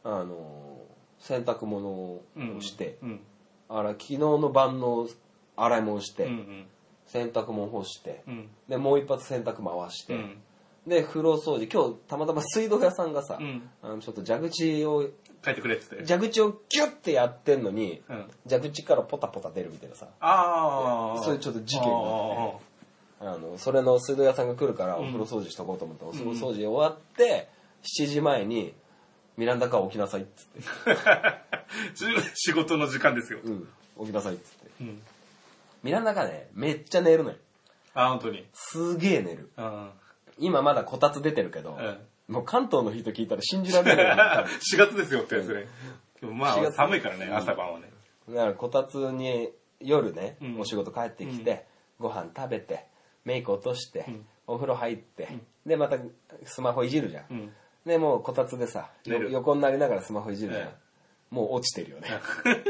Speaker 1: あの洗濯物を
Speaker 2: うん
Speaker 1: して、
Speaker 2: うん
Speaker 1: あら昨日の晩の洗い物して、
Speaker 2: うんうん
Speaker 1: 洗濯物干して、
Speaker 2: うん
Speaker 1: でもう一発洗濯回して、
Speaker 2: うん
Speaker 1: で、風呂掃除。今日、たまたま水道屋さんがさ、
Speaker 2: うん
Speaker 1: あのちょっと蛇口を、
Speaker 2: 書いてくれって言って。
Speaker 1: 蛇口をギュッてやってんのに、
Speaker 2: うん
Speaker 1: 蛇口からポタポタ出るみたいなさ、
Speaker 2: ああ。
Speaker 1: そういうちょっと事件があってあの、それの水道屋さんが来るから、お風呂掃除しとこうと思って、お風呂掃除終わって、7時前に、ミランダカー起きなさいっつって、
Speaker 2: 仕事の時間ですよ。
Speaker 1: うん、起きなさいっつって。
Speaker 2: うん。
Speaker 1: ミランダカーね、めっちゃ寝るのよ。
Speaker 2: あ、本当に。
Speaker 1: すげえ寝る。
Speaker 2: うん。
Speaker 1: 今まだこたつ出てるけど、
Speaker 2: え
Speaker 1: もう関東の人聞いたら信じられ ない
Speaker 2: 4月ですよってやつね。でもま
Speaker 1: 4
Speaker 2: あ、
Speaker 1: 月
Speaker 2: 寒いからね、朝晩はね。
Speaker 1: だからこたつに夜ね、
Speaker 2: うん
Speaker 1: お仕事帰ってきて、ご飯食べてメイク落として、
Speaker 2: うん
Speaker 1: お風呂入って、でまたスマホいじるじゃん、
Speaker 2: うん。
Speaker 1: でもうこたつでさ
Speaker 2: 寝る
Speaker 1: よ横になりながらスマホいじるじゃん、
Speaker 2: え
Speaker 1: もう落ちてるよね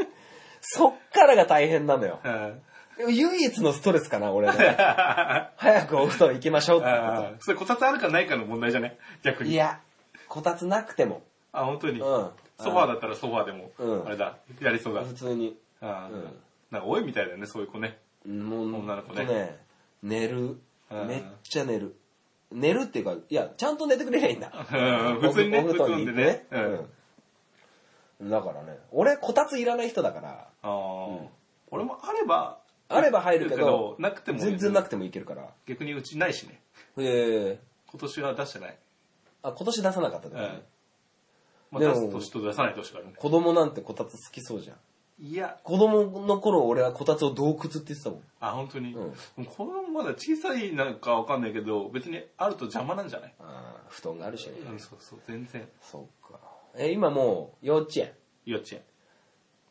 Speaker 1: そっからが大変なのよ
Speaker 2: うん
Speaker 1: 唯一のストレスかな俺 のね早くお布団行きましょうって言って
Speaker 2: あーそれこたつあるかないかの問題じゃね逆
Speaker 1: さ
Speaker 2: に。
Speaker 1: いやこたつなくても
Speaker 2: あ、本当に。
Speaker 1: うん
Speaker 2: ソファーだったらソファーでも
Speaker 1: う、ん
Speaker 2: あれだ、やりそうだ
Speaker 1: 普。通に
Speaker 2: あー
Speaker 1: うん
Speaker 2: なんか多いみたいだよね、そういう子ね。
Speaker 1: もう
Speaker 2: 女の子ね
Speaker 1: ほんとね寝る
Speaker 2: うん
Speaker 1: めっちゃ寝る寝るっていうかいやちゃんと寝てくれりゃいいんだ
Speaker 2: うん普通にね
Speaker 1: お布団に行ってね
Speaker 2: 布団でね
Speaker 1: うんだからね俺こたついらない人だから
Speaker 2: あー俺もあれば、
Speaker 1: あれば入るけど
Speaker 2: なくても、
Speaker 1: 全然なくてもいけるから
Speaker 2: 逆にうちないしね。
Speaker 1: ええ
Speaker 2: 今年は出してない。
Speaker 1: あ今年出さなかったで
Speaker 2: うん
Speaker 1: すね
Speaker 2: まあ、
Speaker 1: でも
Speaker 2: 出す年と出さない年があるね。
Speaker 1: 子供なんてこたつ好きそうじゃん
Speaker 2: いや、
Speaker 1: 子供の頃俺はこたつを洞窟って言ってたもん
Speaker 2: あ、本当に。
Speaker 1: うん
Speaker 2: でも子供まだ小さいなんかわかんないけど、別にあると邪魔なんじゃない
Speaker 1: ああ布団があるしね
Speaker 2: うん、そうそう、全然。
Speaker 1: そっかえ今もう幼稚園
Speaker 2: 幼稚園。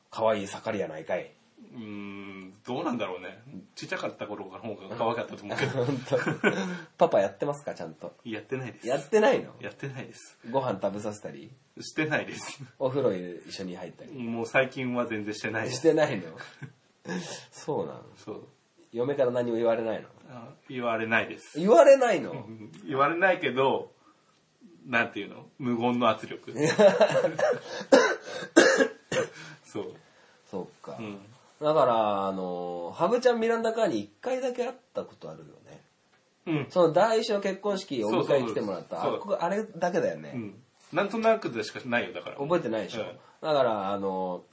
Speaker 1: 可愛い盛りやないかいう
Speaker 2: ーん、どうなんだろうね。ちっちゃかった頃の方が可愛かったと思うけ ど。
Speaker 1: 本当。パパやってますかちゃんと
Speaker 2: やってないです。
Speaker 1: やってないの
Speaker 2: やってないです。
Speaker 1: ご飯食べさせたり
Speaker 2: してないです。
Speaker 1: お風呂一緒に入ったり
Speaker 2: もう最近は全然してないで
Speaker 1: し
Speaker 2: す。
Speaker 1: てない のそうなの
Speaker 2: そう。
Speaker 1: 嫁から何も言われないの
Speaker 2: あ言われないです。
Speaker 1: 言われないの
Speaker 2: うん言われないけど、なんていうの無言の 圧力。そう。
Speaker 1: そっか、
Speaker 2: うん。
Speaker 1: だからあのハブちゃんミランダカーに1回だけ会ったことあるよね
Speaker 2: うん。
Speaker 1: その第一の結婚式お迎えに来てもらった
Speaker 2: そうそう
Speaker 1: あここあれだけだよね、
Speaker 2: うん。なんとなくでしかないよ、だから。
Speaker 1: 覚えてないでしょ、
Speaker 2: うん
Speaker 1: だからあの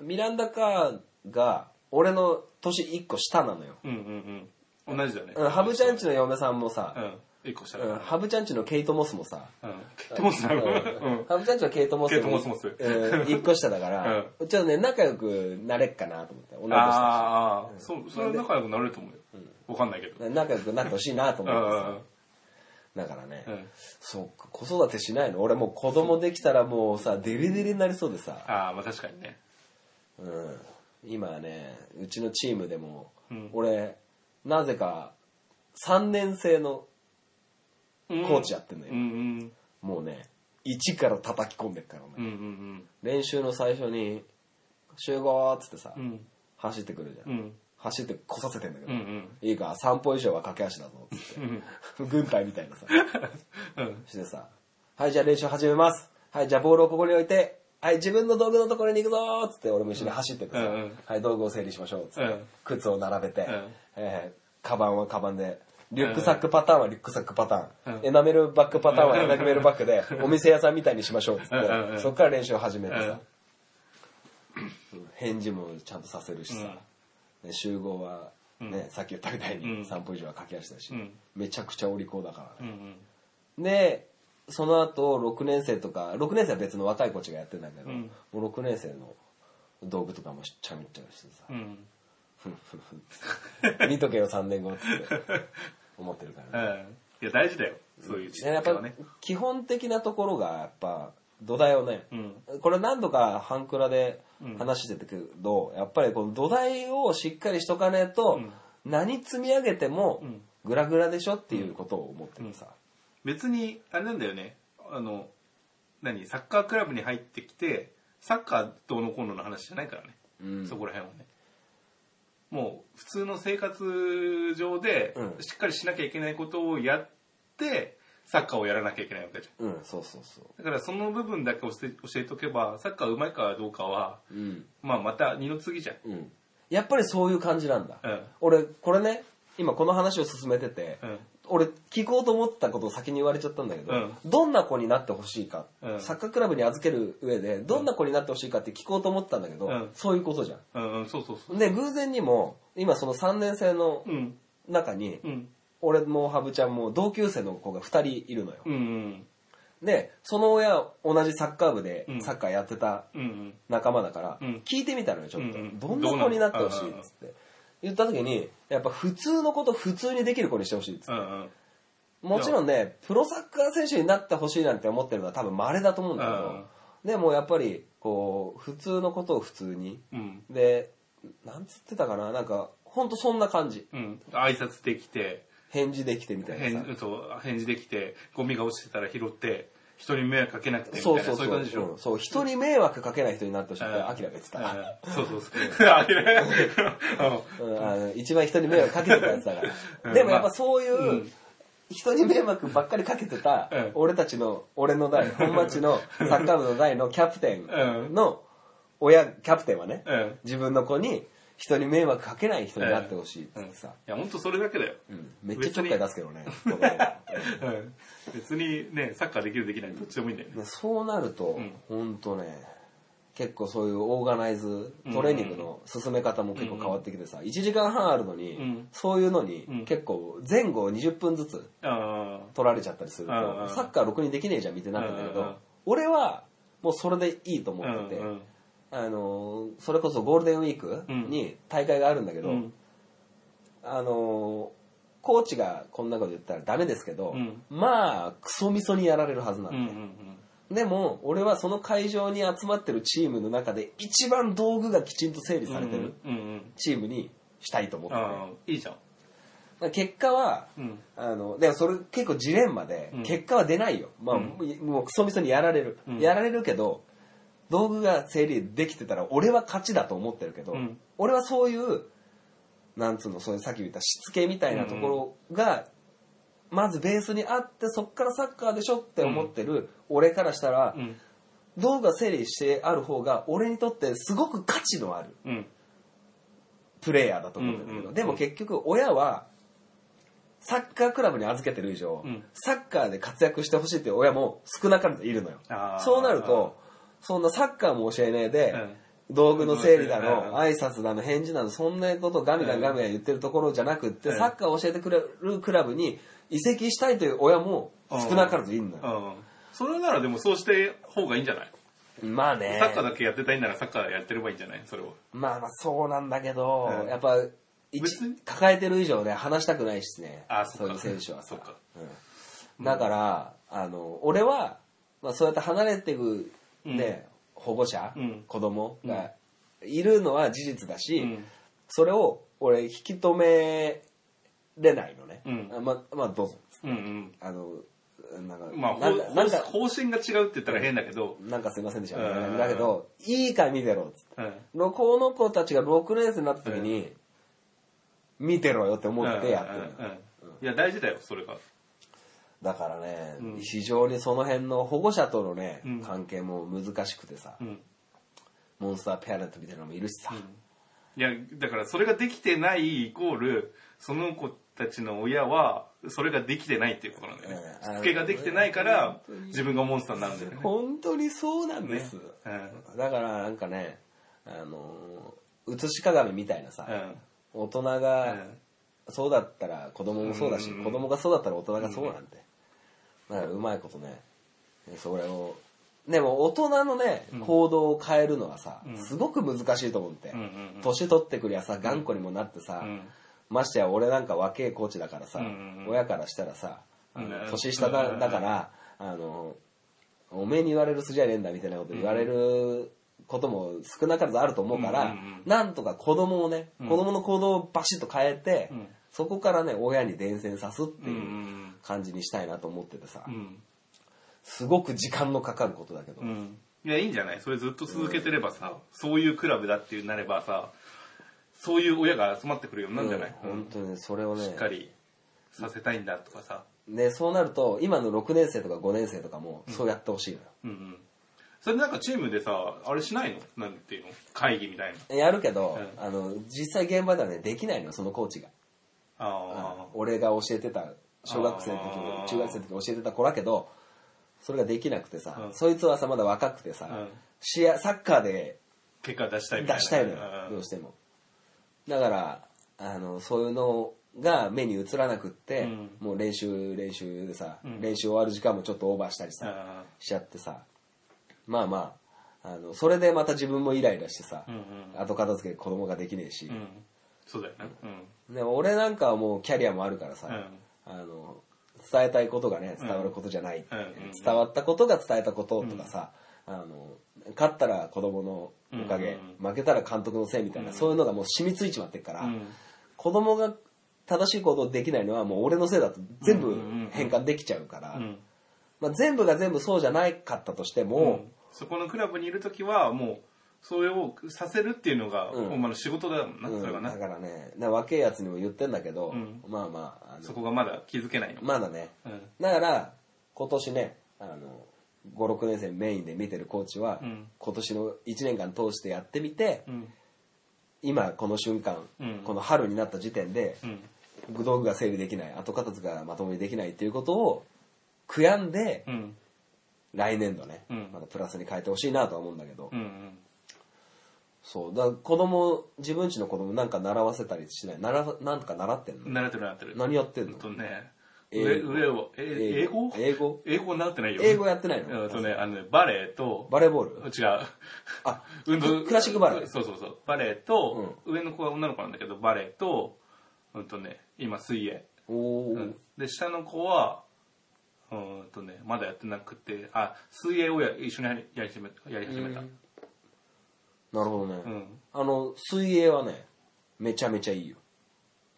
Speaker 1: ミランダカーが俺の年1個下なのよ
Speaker 2: うんうんうん。同じだね。
Speaker 1: うんハブちゃんちの嫁さんもさ、
Speaker 2: うん。一個した
Speaker 1: うん
Speaker 2: ら。
Speaker 1: ハブちゃんちのケイト・モスもさ、
Speaker 2: うん。トモスなのうん。
Speaker 1: ハブちゃんちのケイト・モス
Speaker 2: ケイトモスモス
Speaker 1: うん一個下だから、ちょっとね、仲良くなれっかなと思って、同い年だ
Speaker 2: ああ、そう、それは仲良くなれると思うよ。わかんないけど。
Speaker 1: し。仲良くなってほしいなと
Speaker 2: う
Speaker 1: 思ってさ
Speaker 2: ん。
Speaker 1: だからね、
Speaker 2: うん。
Speaker 1: そうか、子育てしないの俺もう子供できたらもうさ、デレデレになりそうでさ、
Speaker 2: ああ、まあ確かにね。
Speaker 1: うん、今はね、うちのチームでも、
Speaker 2: うん
Speaker 1: 俺、なぜか3年生の
Speaker 2: うん
Speaker 1: コーチやってんのよ
Speaker 2: うんうん。
Speaker 1: もうね、一から叩き込んでっから、お前
Speaker 2: うんうん
Speaker 1: 練習の最初に、集合っつってさ、
Speaker 2: うん。うん。
Speaker 1: 走ってくるじゃん、
Speaker 2: うん。
Speaker 1: 走ってこさせてんだけど、
Speaker 2: うんうん。
Speaker 1: いいか散歩以上は駆け足だぞっ つっ
Speaker 2: うん。
Speaker 1: て軍隊みたいなさ
Speaker 2: うん。
Speaker 1: してさ「はいじゃあ練習始めますはいじゃあボールをここに置いてはい自分の道具のところに行くぞ」っつって俺も一緒に走ってってさ、
Speaker 2: うんうん
Speaker 1: はい道具を整理しましょうっつって、
Speaker 2: うん
Speaker 1: 靴を並べて、
Speaker 2: ん
Speaker 1: えーカバンはカバンでリュックサックパターンはリュックサックパターン、
Speaker 2: うん
Speaker 1: エナメルバッグパターンはエナメルバッグで、お店屋さんみたいにしましょうっつって、
Speaker 2: うんうん
Speaker 1: そっから練習を始めてさ、
Speaker 2: うん
Speaker 1: 返事もちゃんとさせるしさ、ね集合は、ね
Speaker 2: うん
Speaker 1: さっき言ったみたい
Speaker 2: うん
Speaker 1: に散歩以上は駆け足だし、
Speaker 2: うん
Speaker 1: めちゃくちゃお利口だから
Speaker 2: う
Speaker 1: ね、
Speaker 2: ん
Speaker 1: でその後6年生とか6年生は別の若い子たちがやってんだけど、
Speaker 2: うん
Speaker 1: もう6年生の道具とかもしっちゃめっちゃしてさ
Speaker 2: う、ん。
Speaker 1: ふんふんふん見とけよ3年後っつって思ってるから
Speaker 2: う
Speaker 1: ね
Speaker 2: ん。いや、大事だよ。そういう
Speaker 1: ねやっ
Speaker 2: は
Speaker 1: ぱ
Speaker 2: ね。
Speaker 1: 基本的なところがやっぱ土台をね、
Speaker 2: う
Speaker 1: これ何度かハンクラで話してたけど、やっぱりこの土台をしっかりしとかねえと、何積み上げても
Speaker 2: うん
Speaker 1: グラグラでしょっていうことを思ってるさ、
Speaker 2: 別に、あれなんだよね。あの、何サッカークラブに入ってきて、サッカーどうのこうのの話じゃないからね。
Speaker 1: うん
Speaker 2: そこら辺はね。もう、普通の生活上で
Speaker 1: う、ん
Speaker 2: しっかりしなきゃいけないことをやって、サッカーをやらなきゃいけないわけじゃん。
Speaker 1: うん、そうそうそ
Speaker 2: だからその部分だけ教えて教えておけば、サッカー上手いかどうかは、
Speaker 1: ううん
Speaker 2: まあまた二の次じゃん。
Speaker 1: うんやっぱりそういう感じなんだ、
Speaker 2: うん
Speaker 1: 俺これね今この話を進めてて、
Speaker 2: うん
Speaker 1: 俺聞こうと思ったことを先に言われちゃったんだけど、
Speaker 2: うん
Speaker 1: どんな子になってほしいか、
Speaker 2: うん
Speaker 1: サッカークラブに預ける上でどんな子になってほしいかって聞こうと思ったんだけど、
Speaker 2: うん
Speaker 1: そういうことじゃん。
Speaker 2: うんうん、そうそうそう。
Speaker 1: で偶然にも今その3年生の
Speaker 2: うん。
Speaker 1: 中に、
Speaker 2: うん。
Speaker 1: 俺もハブちゃんも同級生の子が2人いるのよ。
Speaker 2: うんうん。
Speaker 1: でその親同じサッカー部で
Speaker 2: うん
Speaker 1: サッカーやってた
Speaker 2: うんうん。
Speaker 1: 仲間だから、
Speaker 2: うん
Speaker 1: 聞いてみたのよちょっと、
Speaker 2: うんうん
Speaker 1: どんな子になってほしいっ
Speaker 2: どうなの
Speaker 1: つって言った時にやっぱ普通のこと普通にできる子にしてほしいっつって
Speaker 2: うんうん。
Speaker 1: もちろんねプロサッカー選手になってほしいなんて思ってるのは多分稀だと思うんだけど、でもやっぱりこう普通のことを普通に
Speaker 2: うん。
Speaker 1: でなんつってたかななんかほんとそんな感じ
Speaker 2: うん。挨拶できて、
Speaker 1: 返事できてみたいなさ
Speaker 2: 返そう返事できて、ゴミが落ちてたら拾って、人に迷惑かけなくてみたい
Speaker 1: そう
Speaker 2: な、
Speaker 1: そ
Speaker 2: そうう
Speaker 1: そ
Speaker 2: いう
Speaker 1: う
Speaker 2: 感じでし
Speaker 1: うん
Speaker 2: ょ。
Speaker 1: そう人に迷惑かけない人になってほしいって
Speaker 2: うん
Speaker 1: アキラが言ってた、
Speaker 2: うんそうそうそう。 あれ
Speaker 1: うんあの一番人に迷惑かけてたやつだか
Speaker 2: う
Speaker 1: ら。
Speaker 2: ん
Speaker 1: でもやっぱそう
Speaker 2: う、
Speaker 1: いうん人に迷惑ばっかりかけてた
Speaker 2: うん、
Speaker 1: 俺たちの、俺の代、本町のサッカー部の代のキャプテ
Speaker 2: う
Speaker 1: ン
Speaker 2: ん
Speaker 1: の親、キャプテンはね
Speaker 2: うん、
Speaker 1: 自分の子に人に迷惑かけない人になってほしいっつ
Speaker 2: うん
Speaker 1: っ
Speaker 2: い
Speaker 1: てさ、
Speaker 2: や、ほんとそれだけだよ。
Speaker 1: うんめっちゃちょっかい出すけどね。この子
Speaker 2: うん別にね、サッカーできるできないどっちでもいいんだよね。
Speaker 1: でそうなると
Speaker 2: うん、
Speaker 1: ほんとね、結構そういうオーガナイズ、トレーニングの進め方も結構変わってきてさ、1時間半あるの
Speaker 2: う
Speaker 1: に
Speaker 2: ん、
Speaker 1: そういうの
Speaker 2: う
Speaker 1: に
Speaker 2: ん
Speaker 1: 結構前後20分ずつ
Speaker 2: ああ。
Speaker 1: 取られちゃったりする
Speaker 2: うんうんう
Speaker 1: と、
Speaker 2: ん
Speaker 1: サッカーろくにできねえじゃんみたいになったんだけ
Speaker 2: うんうんう
Speaker 1: ど
Speaker 2: ん、
Speaker 1: 俺はもうそれでいいと思ってて、
Speaker 2: うんうん
Speaker 1: あのー、それこそゴールデンウィークに大会があるんだけど、
Speaker 2: うん
Speaker 1: あのー、コーチがこんなこと言ったらダメですけど、
Speaker 2: うん
Speaker 1: まあ、クソみそにやられるはずな
Speaker 2: うんん
Speaker 1: で、
Speaker 2: うんうん
Speaker 1: でも、俺はその会場に集まってるチームの中で一番道具がきちんと整理されてる
Speaker 2: うんうん
Speaker 1: チームにしたいと思っててだ
Speaker 2: あ
Speaker 1: か
Speaker 2: ーいいじゃん。
Speaker 1: ら結果は、
Speaker 2: うん。
Speaker 1: あの、でもそれ結構ジレンマで、
Speaker 2: うん
Speaker 1: 結果は出ないよ。まあ、
Speaker 2: うん
Speaker 1: もうクソみそにやられる、
Speaker 2: うん
Speaker 1: やられるけど、道具が整理できてたら俺は勝ちだと思ってるけど、
Speaker 2: うん
Speaker 1: 俺はそういう、なんつうの、そういうさっき言ったしつけみたいなところが、まずベースにあって、そっからサッカーでしょって思ってる俺からしたら、
Speaker 2: うん。
Speaker 1: 道具が整理してある方が、俺にとってすごく価値のある
Speaker 2: うん。
Speaker 1: プレイヤーだと思ってるんだけど、
Speaker 2: うんうん
Speaker 1: でも結局親はサッカークラブに預けてる以上、
Speaker 2: うん
Speaker 1: サッカーで活躍してほしいっていう親も少なからずいるのよ
Speaker 2: あー
Speaker 1: そうなるとそんなサッカーも教えねえで、道具の整理だの、
Speaker 2: うん
Speaker 1: 挨拶だの、返事だの、そんなことガミガミガミガミ言ってるところじゃなくって、
Speaker 2: うん
Speaker 1: サッカーを教えてくれるクラブに移籍したいという親も少なからずいるのよ。
Speaker 2: うん。それならでもそうして方がいいんじゃない
Speaker 1: まあね。
Speaker 2: サッカーだけやってたいんならサッカーやってればいいんじゃないそれを。
Speaker 1: まあまあそうなんだけど、
Speaker 2: うん
Speaker 1: やっぱ、一
Speaker 2: 別に
Speaker 1: 抱えてる以上ね、話したくないしね。
Speaker 2: あそっ
Speaker 1: うい
Speaker 2: か
Speaker 1: う選手はさ。
Speaker 2: そっか
Speaker 1: うんだから、あの、俺は、まあそうやって離れていく、ね、保護者、
Speaker 2: うん
Speaker 1: 子供がいるのは事実だし、
Speaker 2: うん
Speaker 1: それを俺引き止めれないのね。
Speaker 2: うん
Speaker 1: あまあ、まあどうぞ。
Speaker 2: うん
Speaker 1: あの、なんか、
Speaker 2: うん。まあ、
Speaker 1: なんか、なん
Speaker 2: 方
Speaker 1: か、
Speaker 2: 方針が違うって言ったら変だけど、
Speaker 1: なんかすいませんでした、
Speaker 2: うん
Speaker 1: だけど、いいから見てろっつって。
Speaker 2: うん。
Speaker 1: のこの子たちが6年生になった時に、見てろよって思ってやってる、
Speaker 2: うんうんうんいや、大事だよ、それが。
Speaker 1: だからね、
Speaker 2: うん
Speaker 1: 非常にその辺の保護者とのね、
Speaker 2: うん
Speaker 1: 関係も難しくてさ、
Speaker 2: うん。
Speaker 1: モンスターペアレントみたいなのもいるしさ、
Speaker 2: いや、だからそれができてないイコール、その子たちの親は、それができてないっていうことなんだよね
Speaker 1: う。ん
Speaker 2: しつけができてないから、自分がモンスターになるんだよね。
Speaker 1: 本当にそうなんです、
Speaker 2: うん
Speaker 1: だからなんかねあのー写し鏡みたいなさ、
Speaker 2: うん。
Speaker 1: 大人が、
Speaker 2: うん
Speaker 1: そうだったら子供もそうだし、
Speaker 2: うん
Speaker 1: 子供がそうだったら大人がそうなんて、だからうまいことねそれをでも大人のね、行動を変えるのはさ、すごく難しいと思って、
Speaker 2: うんうんうん
Speaker 1: 年取ってくりゃさ頑固にもなってさ、
Speaker 2: うん
Speaker 1: ましてや俺なんか若えコーチだからさ、
Speaker 2: うんうんうん
Speaker 1: 親からしたらさあの
Speaker 2: うん
Speaker 1: 年下だだから、あのおめえに言われる筋合いねえんだみたいなこと言われることも少なからずあると思うから、
Speaker 2: うんうんうん
Speaker 1: なんとか子供をね、子供の行動をバシッと変えて、
Speaker 2: うん
Speaker 1: そこからね親に伝染さすって
Speaker 2: うんう
Speaker 1: いうん感じにしたいなと思っててさ、
Speaker 2: うん。
Speaker 1: すごく時間のかかることだけど、
Speaker 2: うん。いや、いいんじゃないそれずっと続けてればさ、そういうクラブだっていうなればさ、そういう親が集まってくるようになるんじゃない、
Speaker 1: うん本当にねそれをね
Speaker 2: しっかりさせたいんだとかさ。
Speaker 1: ねそうなると今の6年生とか5年生とかもそうやってほしいのよ、
Speaker 2: うんうん。それでなんかチームでさ、あれしないのなんていうの会議みたいな。
Speaker 1: やるけど、
Speaker 2: うん
Speaker 1: あの、実際現場ではね、できないの、そのコーチが。
Speaker 2: あ
Speaker 1: 俺が教えてた小学生の時
Speaker 2: あー
Speaker 1: に中学生の時教えてた子だけどそれができなくてさ、
Speaker 2: うん
Speaker 1: そいつはさまだ若くてさ、
Speaker 2: うん
Speaker 1: 試合サッカーで
Speaker 2: ー結果出したいみたいな。
Speaker 1: 出したいのよ、
Speaker 2: うん
Speaker 1: どうしてもだからあのそういうのが目に映らなくって、
Speaker 2: うん
Speaker 1: もう練習練習でさ、
Speaker 2: うん
Speaker 1: 練習終わる時間もちょっとオーバーしたりさ、
Speaker 2: あ
Speaker 1: しちゃってさまあまああのそれでまた自分もイライラしてさ、
Speaker 2: うんうん
Speaker 1: 後片付け子供ができねえし
Speaker 2: ーう、ん。そうだよね。うん。
Speaker 1: でも俺なんかはもうキャリアもあるからさ、
Speaker 2: う
Speaker 1: あの伝えたいことがね伝わることじゃない、
Speaker 2: うんうん
Speaker 1: 伝わったことが伝えたこととかさ、あの勝ったら子供のおかげ、
Speaker 2: うん
Speaker 1: 負けたら監督のせいみたいな、
Speaker 2: うん
Speaker 1: そういうのがもう染みついちまってるから、
Speaker 2: うん
Speaker 1: 子供が正しい行動できないのはもう俺のせいだと全部変換できちゃうから、
Speaker 2: うん。
Speaker 1: まあ、全部が全部そうじゃないかったとしても、
Speaker 2: うんそこのクラブにいるときは、もう、それをさせるっていうのが、
Speaker 1: うん
Speaker 2: ほんまの仕事だもんな、
Speaker 1: うん
Speaker 2: それは
Speaker 1: だ
Speaker 2: な。
Speaker 1: からねな若いやつにも言ってんだけど、
Speaker 2: うん
Speaker 1: まあまああ
Speaker 2: そ
Speaker 1: の
Speaker 2: こがまだ気づけないの。
Speaker 1: まだね
Speaker 2: うん。
Speaker 1: だから今年ねあの56年生メインで見てるコーチは、
Speaker 2: うん
Speaker 1: 今年の1年間通してやってみて、
Speaker 2: うん。
Speaker 1: 今この瞬間、
Speaker 2: うん
Speaker 1: この春になった時点で
Speaker 2: う、ん。
Speaker 1: 道具が整理できない後片付けがまともにできないっていうことを悔やんで、
Speaker 2: うん。
Speaker 1: 来年度ね、
Speaker 2: うん
Speaker 1: またプラスに変えてほしいなとは思うんだけど、
Speaker 2: うんうん。
Speaker 1: そうだから子供自分ちの子供なんか習わせたりしない習わなんとか習ってんの、
Speaker 2: 習ってる習ってる。
Speaker 1: 何やってん
Speaker 2: ほ
Speaker 1: の
Speaker 2: んとね、
Speaker 1: 英
Speaker 2: 上、
Speaker 1: 語
Speaker 2: 上を、え英語
Speaker 1: 英語
Speaker 2: 英語習ってないよ。
Speaker 1: 英語やってないの
Speaker 2: うんとね、あのね、バレエと、
Speaker 1: バレーボール
Speaker 2: 違う。
Speaker 1: あ
Speaker 2: 運動
Speaker 1: クラシックバレエ
Speaker 2: そうそうそう。バレエと、上の子は女の子なんだけど、バレエと、うんとね、今水泳。
Speaker 1: おー
Speaker 2: うんで、下の子は、うんとね、まだやってなくて、あ、水泳をや一緒にやりやり始めた。やり始めた。
Speaker 1: うんなるほどね、
Speaker 2: うん
Speaker 1: あの水泳はねめちゃめちゃいいよ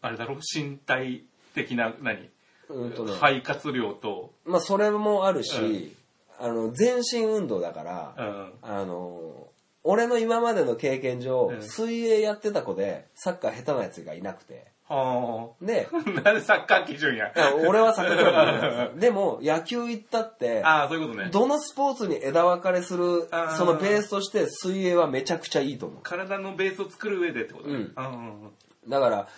Speaker 2: あれだろ身体的な、何
Speaker 1: うんとね、
Speaker 2: 肺活量と、
Speaker 1: まあそれもあるし、あの全身運動だから、
Speaker 2: うん。
Speaker 1: あの俺の今までの経験上、
Speaker 2: うん
Speaker 1: 水泳やってた子でサッカー下手なやつがいなくて
Speaker 2: は
Speaker 1: で
Speaker 2: あ。 なんでサッカー基準や。
Speaker 1: あ俺はサッカー部だったんですでも野球行ったって
Speaker 2: ああ、そういうことね。
Speaker 1: どのスポーツに枝分かれする
Speaker 2: あー
Speaker 1: そのベースとして水泳はめちゃくちゃいいと思
Speaker 2: 体のベースを作る上でってことね。
Speaker 1: うん
Speaker 2: うんうん
Speaker 1: うだから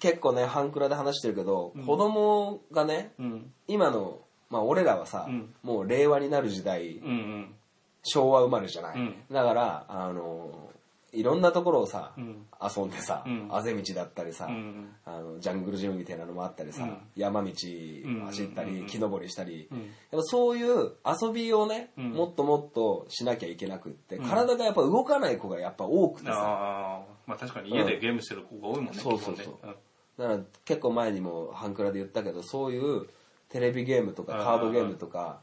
Speaker 1: 結構ね半クラで話してるけど、
Speaker 2: うん
Speaker 1: 子供がね
Speaker 2: うん。うん。
Speaker 1: 今の、まあ、俺らはさ、
Speaker 2: うん
Speaker 1: もう令和になる時代、
Speaker 2: うんうん。
Speaker 1: 昭和生まれじゃない、
Speaker 2: うん
Speaker 1: だからあのいろんなところをさ、
Speaker 2: うん
Speaker 1: 遊んでさ、
Speaker 2: うん
Speaker 1: あぜ道だったりさ、
Speaker 2: うん
Speaker 1: あのジャングルジムみたいなのもあったりさ、
Speaker 2: うん
Speaker 1: 山道
Speaker 2: ん
Speaker 1: 走ったり、
Speaker 2: うん
Speaker 1: 木登りしたり、
Speaker 2: うん
Speaker 1: やっぱそういう遊びをね、
Speaker 2: うん
Speaker 1: もっともっとしなきゃいけなくって、
Speaker 2: うん
Speaker 1: 体がやっぱ動かない子がやっぱ多くてさ
Speaker 2: ああ、まあ確かに家でゲームしてる子が多いもんね。
Speaker 1: そうそう
Speaker 2: 基本ね
Speaker 1: そうだから結構前にも半クラで言ったけどそういうテレビゲームとかカードゲームとか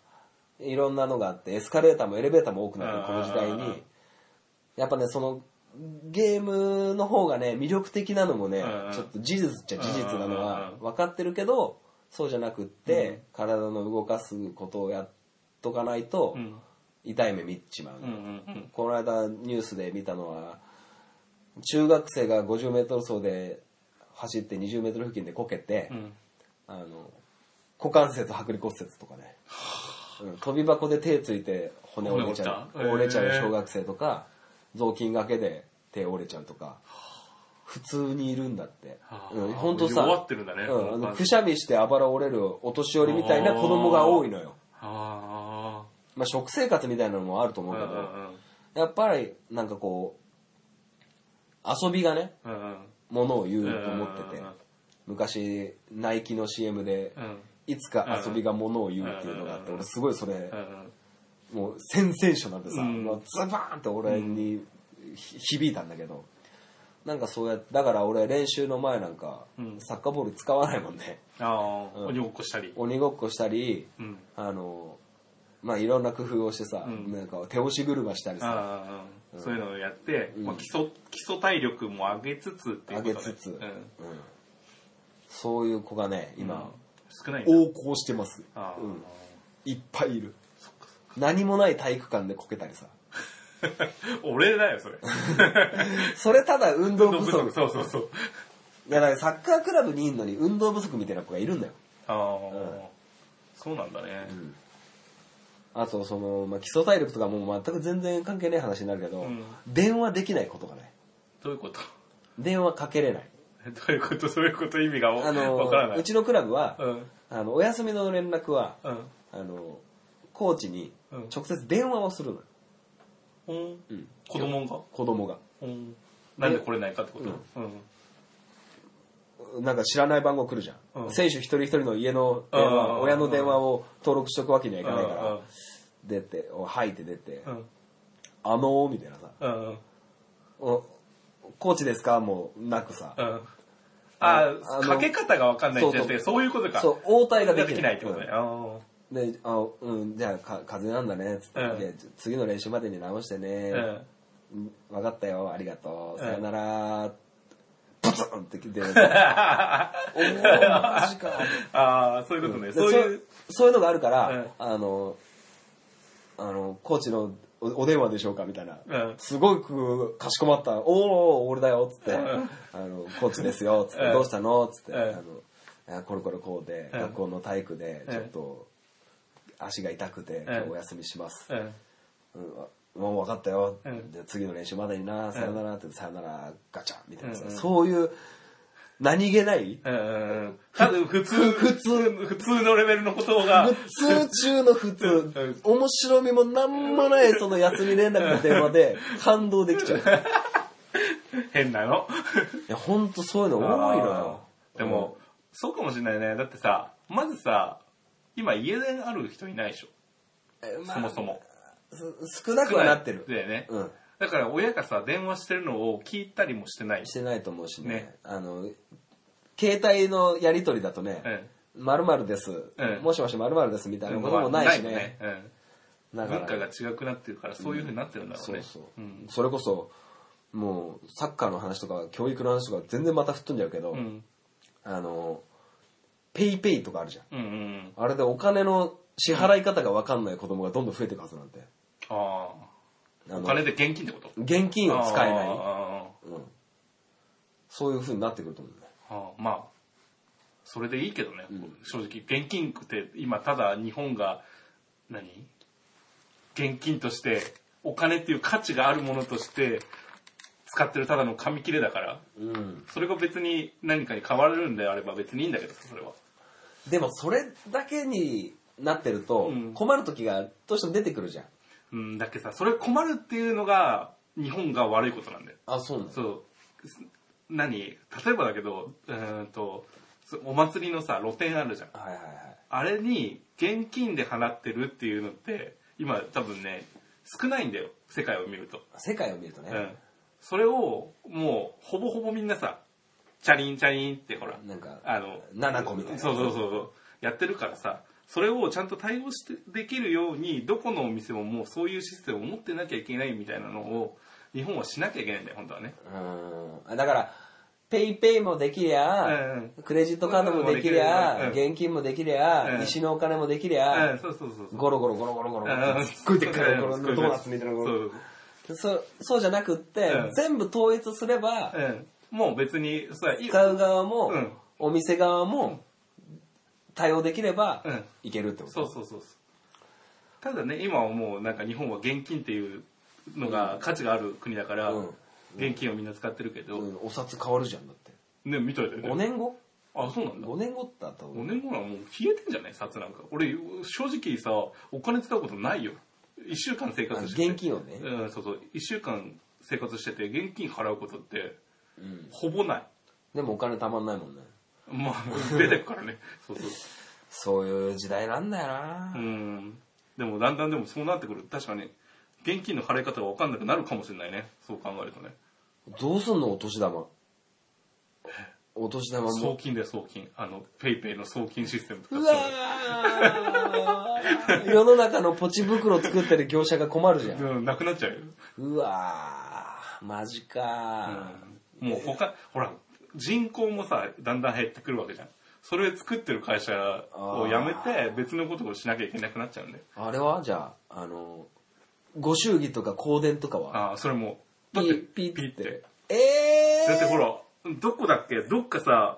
Speaker 1: いろんなのがあってエスカレーターもエレベーターも多くなるこの時代
Speaker 2: うん
Speaker 1: にやっぱねそのゲームの方がね魅力的なのもね
Speaker 2: うん
Speaker 1: ちょっと事実っちゃ事実なのは
Speaker 2: うん
Speaker 1: 分かってるけどそうじゃなくって体の動かすことをやっとかないと
Speaker 2: うん
Speaker 1: 痛い目見ちまう
Speaker 2: うんうんうん。
Speaker 1: この間ニュースで見たのは中学生が 50m 走で走って 20m 付近でこけて、
Speaker 2: うん。
Speaker 1: あの股関節剥離骨折とかね、うん飛び箱で手ついて骨折れちゃう
Speaker 2: 骨
Speaker 1: 折
Speaker 2: 折
Speaker 1: れ
Speaker 2: っ
Speaker 1: ち
Speaker 2: た
Speaker 1: ゃう
Speaker 2: へー
Speaker 1: 小学生とか雑巾がけで手折れちゃうとか普通にいるんだって、
Speaker 2: はあ
Speaker 1: うん、本当さ
Speaker 2: 弱ってるんだね
Speaker 1: うんあのくしゃみしてあばら折れるお年寄りみたいな子供が多いのよ、
Speaker 2: あ
Speaker 1: まあ、食生活みたいなのもあると
Speaker 2: あ。
Speaker 1: 思
Speaker 2: う
Speaker 1: うんけ
Speaker 2: う
Speaker 1: ど、
Speaker 2: ん
Speaker 1: やっぱりなんかこう遊びがね
Speaker 2: うん。うんうん。
Speaker 1: ものを言うと思ってて
Speaker 2: うん
Speaker 1: 昔ナイキの CM で
Speaker 2: うん
Speaker 1: いつか遊びがものを言うっていうのがあって
Speaker 2: うん
Speaker 1: 俺すごいそれ
Speaker 2: うん
Speaker 1: もうセンセーショナルでさ
Speaker 2: うん
Speaker 1: もうズバーンって俺にひ響いたんだけどなんかそうやってだから俺練習の前なんか
Speaker 2: うん
Speaker 1: サッカーボール使わないもんね
Speaker 2: ああ、
Speaker 1: うん
Speaker 2: 鬼ごっこしたり。
Speaker 1: 鬼ごっこしたり
Speaker 2: うん。
Speaker 1: あのまあいろんな工夫をしてさ
Speaker 2: うん
Speaker 1: なんか手押し車したりさ
Speaker 2: ああ、そういうのをやって、
Speaker 1: うん
Speaker 2: まあ、基礎基礎体力も上げつつっていうこと、ね、
Speaker 1: 上げつつ
Speaker 2: うん、
Speaker 1: うんそういう子がね今、
Speaker 2: 少ないな
Speaker 1: 横行してます、
Speaker 2: ああ、
Speaker 1: うんいっぱいいる
Speaker 2: そっかそ
Speaker 1: 何もない体育館でこけたりさ
Speaker 2: っか俺だ よそれ
Speaker 1: それただ運動
Speaker 2: 運動
Speaker 1: 不
Speaker 2: 不
Speaker 1: 足
Speaker 2: 足そうそうそう
Speaker 1: いやだからサッカークラブにいんのに運動不足みたいな子がいるんだよ、
Speaker 2: ああ、
Speaker 1: うん
Speaker 2: そうなんだね
Speaker 1: あとその、まあ、基礎体力とかもう全く全然関係ない話になるけど、
Speaker 2: うん
Speaker 1: 電話できないことがない
Speaker 2: どういうこと
Speaker 1: 電話かけれない
Speaker 2: へどういうことそういうこと意味がわ
Speaker 1: あの
Speaker 2: わからな
Speaker 1: う
Speaker 2: い。
Speaker 1: ちのクラブは、
Speaker 2: うん。
Speaker 1: あのお休みの連絡は、
Speaker 2: うん。
Speaker 1: あのコーチに
Speaker 2: うん
Speaker 1: 直接電話をするのよ、
Speaker 2: うん。
Speaker 1: うん
Speaker 2: 子供が。
Speaker 1: 子供が
Speaker 2: うん。なんで来れないかってことうん。
Speaker 1: なんか知らない番号来るじゃん、
Speaker 2: うん
Speaker 1: 選手一人一人の家の電
Speaker 2: う
Speaker 1: 話
Speaker 2: ん
Speaker 1: 親の電話を登録しとくわけにはいうかないから、
Speaker 2: ん。
Speaker 1: 出て「おはい」って出て「
Speaker 2: うん。
Speaker 1: あのー」みたいなさ
Speaker 2: うん。うん。
Speaker 1: 「おコーチですか?」もなくさ、
Speaker 2: うん。
Speaker 1: あ
Speaker 2: あ
Speaker 1: の
Speaker 2: ー、かけ方がわかんないんじゃなくて、
Speaker 1: そ
Speaker 2: そういうことか。
Speaker 1: そう応対が
Speaker 2: で
Speaker 1: でき
Speaker 2: き
Speaker 1: な
Speaker 2: ないいってことね。あー
Speaker 1: うんであうん、じゃあか風邪なんだね」つって、
Speaker 2: うん
Speaker 1: で次の練習までに直してね」
Speaker 2: う
Speaker 1: う
Speaker 2: ん。
Speaker 1: ん分かったよ、ありがとう、
Speaker 2: うん
Speaker 1: さよなら、ブツンって来 て、おーマジか。
Speaker 2: ああ、そういうことね。
Speaker 1: で
Speaker 2: そういう。
Speaker 1: そういうのがあるから、
Speaker 2: うん
Speaker 1: あの、あの、コーチのおお電話でしょうかみたいな。
Speaker 2: うん。
Speaker 1: すごくかしこまった、おーおー、俺だよ、つって、
Speaker 2: うん
Speaker 1: あの、コーチですよ、つって、
Speaker 2: うん
Speaker 1: どうしたのつって、
Speaker 2: うん
Speaker 1: あの、あこれこれこうで、
Speaker 2: うん
Speaker 1: 学校の体育で、
Speaker 2: うん
Speaker 1: ちょっと、足が痛くて、今日お休みします。
Speaker 2: うん。
Speaker 1: うんわもう分かったよ、
Speaker 2: うん
Speaker 1: で次の練習までになさよならって、さよならガチャみたいなさ、
Speaker 2: うんうん
Speaker 1: そういう何気ない
Speaker 2: うんうんうん。多分普通、
Speaker 1: ふ 普通
Speaker 2: 普通のレベルのことが、
Speaker 1: 普通中の普通
Speaker 2: うん
Speaker 1: 面白みもなんもないその休み連絡の電話で感動できちゃう い
Speaker 2: 変なの。
Speaker 1: やほんとそういうの多いのよ
Speaker 2: でも、そうかもしれないね。だってさ、まずさ、今家である人いないでしょ。
Speaker 1: えまあ
Speaker 2: そもそも。
Speaker 1: す少なくはなってる
Speaker 2: だよね。
Speaker 1: うん
Speaker 2: だから親がさ、電話してるのを聞いたりもしてない
Speaker 1: し
Speaker 2: し。
Speaker 1: てないと思うしね
Speaker 2: ね
Speaker 1: あの携帯のやり取りだとね
Speaker 2: う
Speaker 1: 「
Speaker 2: ん。
Speaker 1: まるです」
Speaker 2: うん
Speaker 1: もしもしまるです」みたいなこともないし
Speaker 2: よ
Speaker 1: ね。
Speaker 2: うん
Speaker 1: だから
Speaker 2: 文化が違くなってるから、そういう風になってるんだろう
Speaker 1: そう
Speaker 2: ね。
Speaker 1: そう、
Speaker 2: ん
Speaker 1: それこそもうサッカーの話とか教育の話とか全然また吹っ飛んじゃうけど、
Speaker 2: うん。
Speaker 1: あのペイペイとかあるじゃん
Speaker 2: うんうん。
Speaker 1: あれでお金の支払い方が分かんない子供がどんどん増えていくはずなんてあ
Speaker 2: ああ。
Speaker 1: の
Speaker 2: お金で現金ってこと
Speaker 1: 現金を使えない
Speaker 2: あー、あ
Speaker 1: うん、そういうふうになってくると思うね
Speaker 2: ーあーまあ、それでいいけどね、正直。現金って今ただ日本が、何現金として、お金っていう価値があるものとして、使ってるただの紙切れだから、
Speaker 1: うん、
Speaker 2: それが別に何かに変われるんであれば別にいいんだけどさそれは。
Speaker 1: でもそれだけになってると
Speaker 2: うん
Speaker 1: 困る時がどうしても出てくるじゃん、
Speaker 2: うん、だけどさ、それ困るっていうのが、日本が悪いことなんだよ。
Speaker 1: あそうなんだ
Speaker 2: そう。す何例えばだけど、うーんと、そお祭りのさ、露店あるじゃん。
Speaker 1: はいはいはい
Speaker 2: あれに現金で払ってるっていうのって、今多分ね、少ないんだよ。世界を見ると。
Speaker 1: 世界を見るとね、
Speaker 2: うん。それを、もう、ほぼほぼみんなさ、チャリンチャリンってほら、
Speaker 1: なんか
Speaker 2: あの、
Speaker 1: 7個みたいな
Speaker 2: そうそうそうそう。やってるからさ、それをちゃんと対応してできるように、どこのお店ももうそういうシステムを持ってなきゃいけないみたいなのを、日本はしなきゃいけないんだよ、本当はね。
Speaker 1: うんだから、ペイペイもできりゃ、
Speaker 2: うん
Speaker 1: クレジットカードもできりゃ、
Speaker 2: うん
Speaker 1: 現金もできりゃ、
Speaker 2: うん
Speaker 1: 石のお金もできり
Speaker 2: う
Speaker 1: ゃ
Speaker 2: ん、、そうそうそうそう。
Speaker 1: ゴロゴロゴロゴロゴロ
Speaker 2: うん
Speaker 1: って、すっごいでっかいゴロゴロのドーナツみたいなゴ
Speaker 2: そ
Speaker 1: ロ
Speaker 2: う
Speaker 1: そうそうじゃなくって
Speaker 2: う、ん
Speaker 1: 全部統一すれば
Speaker 2: う、んもう別に、それいい。
Speaker 1: 使う側も
Speaker 2: うん、
Speaker 1: お店側も、対応できれば
Speaker 2: うん、
Speaker 1: いけるってこ
Speaker 2: そ
Speaker 1: と。
Speaker 2: うそうそうそう。ただね、今はもうなんか日本は現金っていうのが価値がある国だから、
Speaker 1: うん
Speaker 2: 現金をみんな使ってるけど、
Speaker 1: うんお札変わるじゃんだって。
Speaker 2: ね、みたいだよね。
Speaker 1: 5年後
Speaker 2: あ、そうなんだ。
Speaker 1: ?5 年後だと
Speaker 2: 5年後ならもう消えてんじゃない札なんか。俺、正直さ、お金使うことないよ。1週間生活してて。
Speaker 1: あ現金をね
Speaker 2: うん、そうそう。1週間生活してて、現金払うことって、
Speaker 1: うん
Speaker 2: ほぼない。
Speaker 1: でもお金たまんないもんね。
Speaker 2: まあ、出てくからね。そうそう。
Speaker 1: そういう時代なんだよな
Speaker 2: うん。でも、だんだんでもそうなってくると、確かに、現金の払い方が分かんなくなるかもしれないね。そう考えるとね。
Speaker 1: どうすんのお年玉。お年玉
Speaker 2: 送
Speaker 1: も。
Speaker 2: 金で送金。あの、ペイペイの送金システムとか
Speaker 1: う
Speaker 2: そう
Speaker 1: わー 世の中のポチ袋作ってる業者が困るじゃん。
Speaker 2: うん、なくなっちゃうよ。
Speaker 1: うわーマジか
Speaker 2: もう他、ほら、人口もさ、だんだん減ってくるわけじゃん。それ作ってる会社を辞めて、別のことをしなきゃいけなくなっちゃうんで。
Speaker 1: ーあれはじゃあ、あの、ご祝儀とか香典とかは
Speaker 2: ああ、それも。
Speaker 1: ピ
Speaker 2: だって、
Speaker 1: ッピ
Speaker 2: ピ
Speaker 1: ッ
Speaker 2: ッ
Speaker 1: って
Speaker 2: て。。
Speaker 1: えー
Speaker 2: だってほら、どこだっけどっかさ、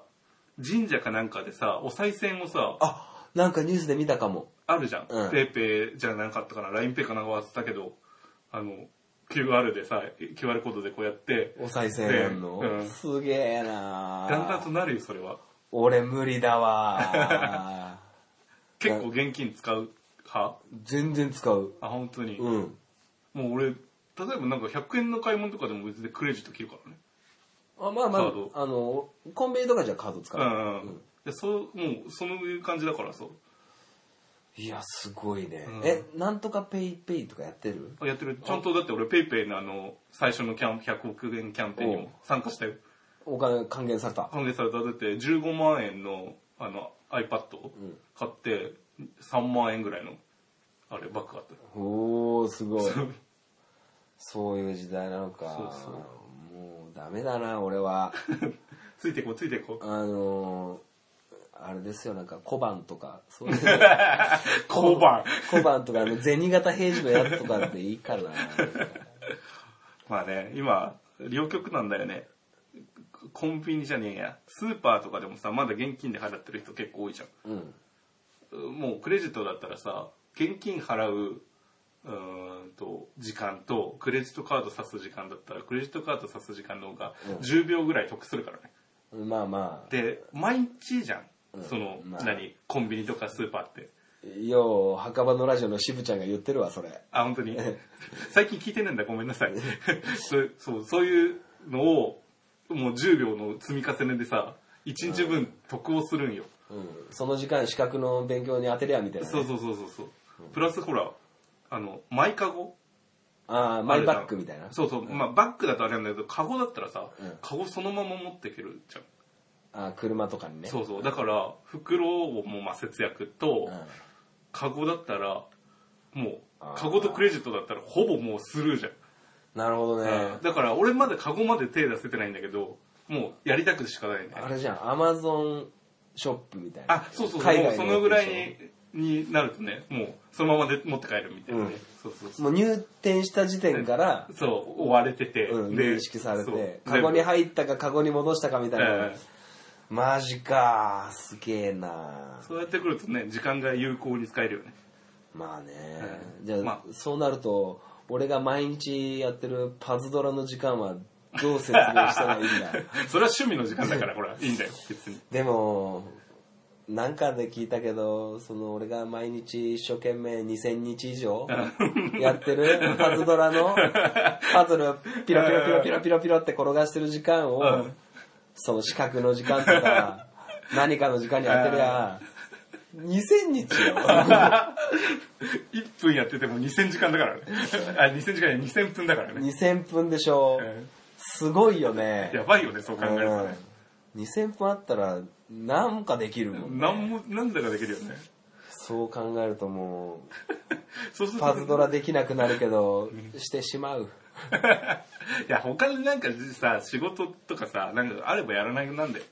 Speaker 2: 神社かなんかでさ、お賽銭をさ、あ
Speaker 1: あ、なんかニュースで見たかも。
Speaker 2: るじゃん。
Speaker 1: うん
Speaker 2: ペイペイじゃなかったかな、ラインペイかなんか忘れたけど、あの、 QR でさ、QR コードでこうやって、
Speaker 1: お賽銭やんの、
Speaker 2: うん
Speaker 1: すげえな
Speaker 2: だんだんとなるよ、それは。
Speaker 1: 俺無理だわ
Speaker 2: 結構現金使う派
Speaker 1: 全然使う。
Speaker 2: あ、本当に。
Speaker 1: うん。
Speaker 2: もう俺、例えばなんか100円の買い物とかでも別にクレジット切るからね。
Speaker 1: あまあま
Speaker 2: カード
Speaker 1: あ、あの、コンビニとかじゃカード使
Speaker 2: う
Speaker 1: う。う
Speaker 2: んうんん。で、そう、もう、そういう感じだからさ。
Speaker 1: いや、すごいね。
Speaker 2: うん
Speaker 1: え、なんとかペイペイとかやってる
Speaker 2: あやってる。ちゃんとだって俺、ペイペイのあの、最初のキャン100億円キャンペーンにも参加したよ。
Speaker 1: お金還元された。
Speaker 2: 還元された。だって15万円の、あの、iPad を買って、3万円ぐらいの、あれ、バッグがあったよ。
Speaker 1: おー、すごい。
Speaker 2: そう
Speaker 1: そういう時代なのか。
Speaker 2: そうそう
Speaker 1: もうダメだな、俺 は。
Speaker 2: ついてこう、ついてこう。
Speaker 1: あのー、あれですよ、なんか小判とか、そういう。
Speaker 2: 交番。
Speaker 1: 小判とか、あの銭形平次のやつとかっていいかな。
Speaker 2: まあね、今、両極なんだよね。コンビニじゃねえや。スーパーとかでもさ、まだ現金で払ってる人結構多いじゃん。
Speaker 1: うん。
Speaker 2: もうクレジットだったらさ、現金払う、うーんと、時間と、クレジットカード刺す時間だったら、クレジットカード刺す時間の方が10秒ぐらい得するからね。
Speaker 1: まあま
Speaker 2: で、毎日じゃん。その、
Speaker 1: まあ
Speaker 2: 何、コンビニとかスーパーって。
Speaker 1: あ、よう、墓場のラジオの渋ちゃんが言ってるわ、それ。
Speaker 2: あ、本当に最近聞いてないんだ、ごめんなさい。 そうそう、そういうのを、もう10秒の積み重ねでさ、1日分得をするんよ。
Speaker 1: うん。その時間、資格の勉強に当てりゃ、みたいな、ね。
Speaker 2: そうそうそうそうそう。プラスほら、あの、マイカゴ
Speaker 1: ああ、マイバッグみたいな。
Speaker 2: そうそう、まあバッグだとあれなんだけど、カゴだったらさ、
Speaker 1: うん
Speaker 2: カゴそのまま持っていけるじゃん。
Speaker 1: あー車とかにね。
Speaker 2: そうそう。だから、袋をもうまあ節約
Speaker 1: ん
Speaker 2: と、カゴだったら、もう
Speaker 1: あ、ー
Speaker 2: カゴとクレジットだったらほぼもうスルーじゃん。
Speaker 1: なるほどね。
Speaker 2: だから俺まだカゴまで手出せてないんだけど、もうやりたくてしかないね。
Speaker 1: あれじゃん、アマゾンショップみたいな。
Speaker 2: あ、そうそうそう、
Speaker 1: 海
Speaker 2: もう
Speaker 1: 外
Speaker 2: そ
Speaker 1: の
Speaker 2: のぐらいにになるとね、もうそのままで持って帰るみたいなね。
Speaker 1: うん
Speaker 2: そうそうそ
Speaker 1: も
Speaker 2: う。
Speaker 1: う入店した時点から、
Speaker 2: そう、追われてて、
Speaker 1: うん、
Speaker 2: で
Speaker 1: 認識され
Speaker 2: そう
Speaker 1: て、カゴに
Speaker 2: 全部
Speaker 1: 入ったかカゴに戻したかみたいな
Speaker 2: え。え
Speaker 1: マジかすげえな
Speaker 2: そうやってくるとね、時間が有効に使えるよね。
Speaker 1: まあね、
Speaker 2: うん
Speaker 1: じゃあ、
Speaker 2: ま
Speaker 1: そうなると、俺が毎日やってるパズドラの時間はどう説明したらいいんだ
Speaker 2: それは趣味の時間だから、ほら、いいんだよ、別に。
Speaker 1: でも、なんかで聞いたけど、その俺が毎日一生懸命2000日以上やってるパズドラのパズルをピロピロピロピロピロピロって転がしてる時間を、
Speaker 2: うん
Speaker 1: その四角の時間と か何かの時間に当てりゃ、2000日 よ。
Speaker 2: 1分やってても2000時間だからね。あ、2000時間や2000分だからね。
Speaker 1: 2000分でしょ。
Speaker 2: うん
Speaker 1: すごいよね。
Speaker 2: やばいよね、そう考えるとね。
Speaker 1: うん2000分あったら、なんかできるもん、ね。
Speaker 2: なんも、なんだかできるよね。
Speaker 1: そう考えるとも
Speaker 2: そうす
Speaker 1: う、
Speaker 2: る
Speaker 1: パズ
Speaker 2: と、
Speaker 1: ドラできなくなるけど、してしまう。
Speaker 2: いや、他になんかさ、仕事とかさ、なんかあればやらないなんだよ。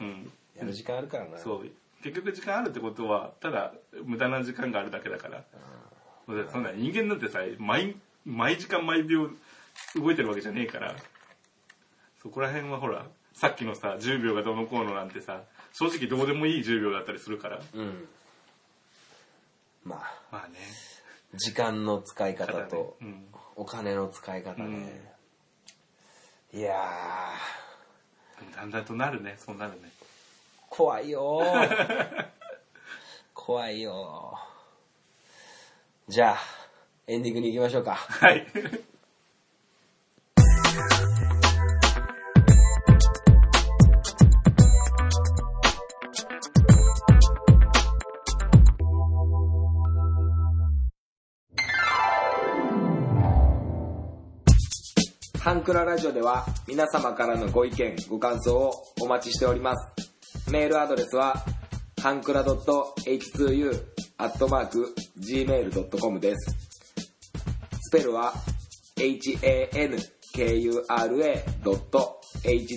Speaker 1: うん
Speaker 2: うん。
Speaker 1: やる時間あるからな。
Speaker 2: そう。結局時間あるってことは、ただ無駄な時間があるだけだから。だってそんな人間なんてさ、毎、毎時間毎秒動いてるわけじゃねえから、そこら辺はほら、さっきのさ、10秒がどうのこうのなんてさ、正直どうでもいい10秒だったりするから。
Speaker 1: うん。まあ、
Speaker 2: まあね。
Speaker 1: 時間の使い方
Speaker 2: ただね
Speaker 1: と
Speaker 2: う、ん。
Speaker 1: お金の使い方ね。いやー、
Speaker 2: でもだんだんとなるね、そうなるね。
Speaker 1: 怖いよ ー怖いよーじゃあ、エンディングに行きましょうか。
Speaker 2: はい。
Speaker 1: ハンクララジオでは皆様からのご意見、ご感想をお待ちしております。メールアドレスは、ハンクラ .h2u.gmail.com です。スペルは、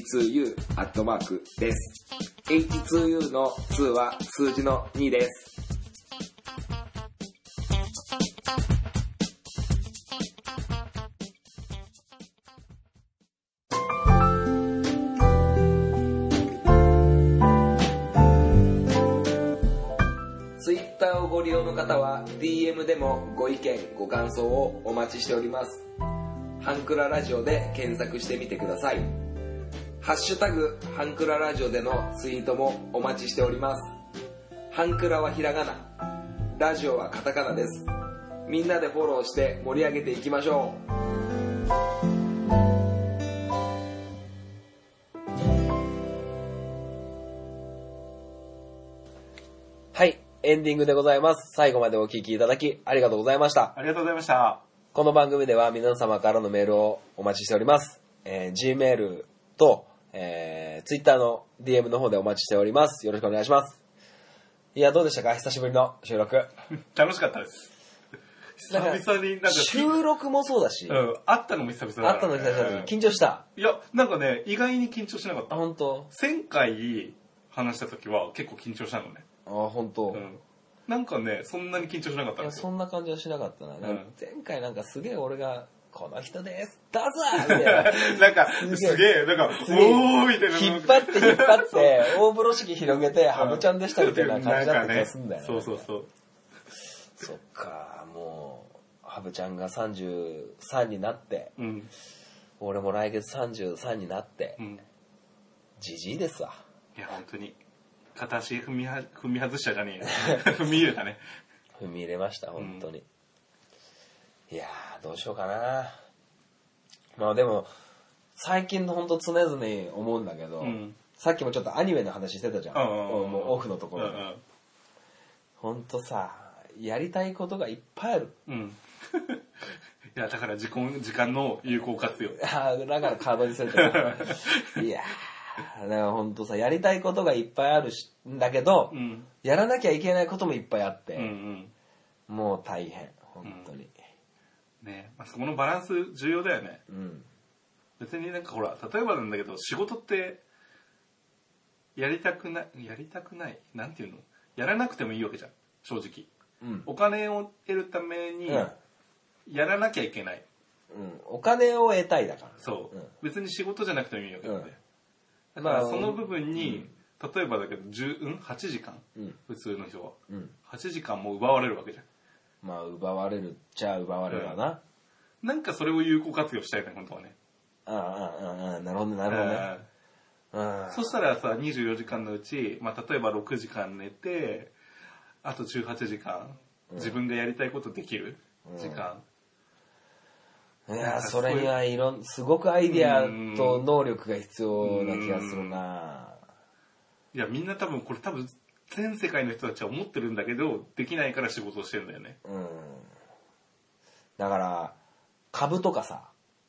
Speaker 1: hankura.h2u. です。h2u の2は数字の2です。ツイッターをご利用の方は DM でもご意見、ご感想をお待ちしております。ハンクララジオで検索してみてください。ハッシュタグ、ハンクララジオでのツイートもお待ちしております。ハンクラはひらがな、ラジオはカタカナです。みんなでフォローして盛り上げていきましょう。はい、エンディングでございます。最後までお聞きいただきありがとうございました。
Speaker 2: ありがとうございました。
Speaker 1: この番組では皆様からのメールをお待ちしております。えー Gmail と、えー Twitter の DM の方でお待ちしております。よろしくお願いします。いや、どうでしたか久しぶりの収録。
Speaker 2: 楽しかったです。久々になんか、
Speaker 1: 収録もそうだし、
Speaker 2: うん、会ったのも久々だから
Speaker 1: 会ったの久々だ
Speaker 2: うん
Speaker 1: し、緊張した。
Speaker 2: いや、なんかね、意外に緊張しなかっ
Speaker 1: あ、
Speaker 2: た。
Speaker 1: 本当
Speaker 2: 1000回話した時は結構緊張したのね。
Speaker 1: あ、本当、
Speaker 2: うん。なんかね、そんなに緊張しなかったん
Speaker 1: いや、
Speaker 2: です
Speaker 1: そ
Speaker 2: よ。
Speaker 1: んな感じはしなかったな。なんか
Speaker 2: うん
Speaker 1: 前回なんかすげえ俺が、この人ですどうぞみたい な。
Speaker 2: なんか、
Speaker 1: すげえ
Speaker 2: すげえ、なんか、お
Speaker 1: すげえ
Speaker 2: ーみたいな。
Speaker 1: 引っ張って引っ張って、大風呂敷広げて、ハムちゃんでしたみたいな感じだった気がするんだよね。
Speaker 2: なんかねそうそうそう。
Speaker 1: そっか、もう、ハブちゃんが33になって、
Speaker 2: うん。
Speaker 1: 俺も来月33になって
Speaker 2: う、ん。
Speaker 1: じじいですわ。
Speaker 2: いや、本当に。片足踏みは踏み外したじゃね えよ。踏み入れたね。
Speaker 1: 踏み入れました、本当に。いやー、どうしようかな。まあでも、最近の本当常々思うんだけど、
Speaker 2: うん
Speaker 1: さっきもちょっとアニメの話してたじゃん。
Speaker 2: うんうんうん
Speaker 1: もうオフのところ
Speaker 2: う
Speaker 1: で。
Speaker 2: ん
Speaker 1: ほんとさ、やりたいことがいっぱいある。
Speaker 2: うん。 うん。いや、だから時間、時間の有効活用。
Speaker 1: あーだからカードにする といやーだからほんとさやりたいことがいっぱいあるしんだけど、
Speaker 2: うん。
Speaker 1: やらなきゃいけないこともいっぱいあって、
Speaker 2: うんうん。
Speaker 1: もう大変本当に
Speaker 2: ねまあ、そこのバランス重要だよね。
Speaker 1: うん、
Speaker 2: 別になんかほら、例えばなんだけど、仕事って、やりたくない、やりたくない、なんていうのやらなくてもいいわけじゃん。正直。
Speaker 1: うん
Speaker 2: お金を得るために、
Speaker 1: うん
Speaker 2: やらなきゃいけない。
Speaker 1: うんお金を得たいだから
Speaker 2: そう、
Speaker 1: うん
Speaker 2: 別に仕事じゃなくてもいいわけだよね、
Speaker 1: うん
Speaker 2: だか
Speaker 1: ま
Speaker 2: ら
Speaker 1: あ
Speaker 2: その部分に、例えばだけど10、うん、8時間、
Speaker 1: うん
Speaker 2: 普通の人は
Speaker 1: うん
Speaker 2: 8時間も奪われるわけじゃ
Speaker 1: まあ奪われるっちゃ奪われるわな、
Speaker 2: んなんかそれを有効活用したいね本当はね
Speaker 1: ああああああなるほどねなるほどね
Speaker 2: うん
Speaker 1: う
Speaker 2: そしたらさ24時間のうち、まあ、例えば6時間寝てあと18時間自分でやりたいことできる時間、
Speaker 1: んいやそれにはいろんすごくアイディアと能力が必要な気がするない
Speaker 2: やみんな多分これ多分全世界の人たちは思ってるんだけどできないから仕事をしてるんだよね
Speaker 1: うんだから株とかさ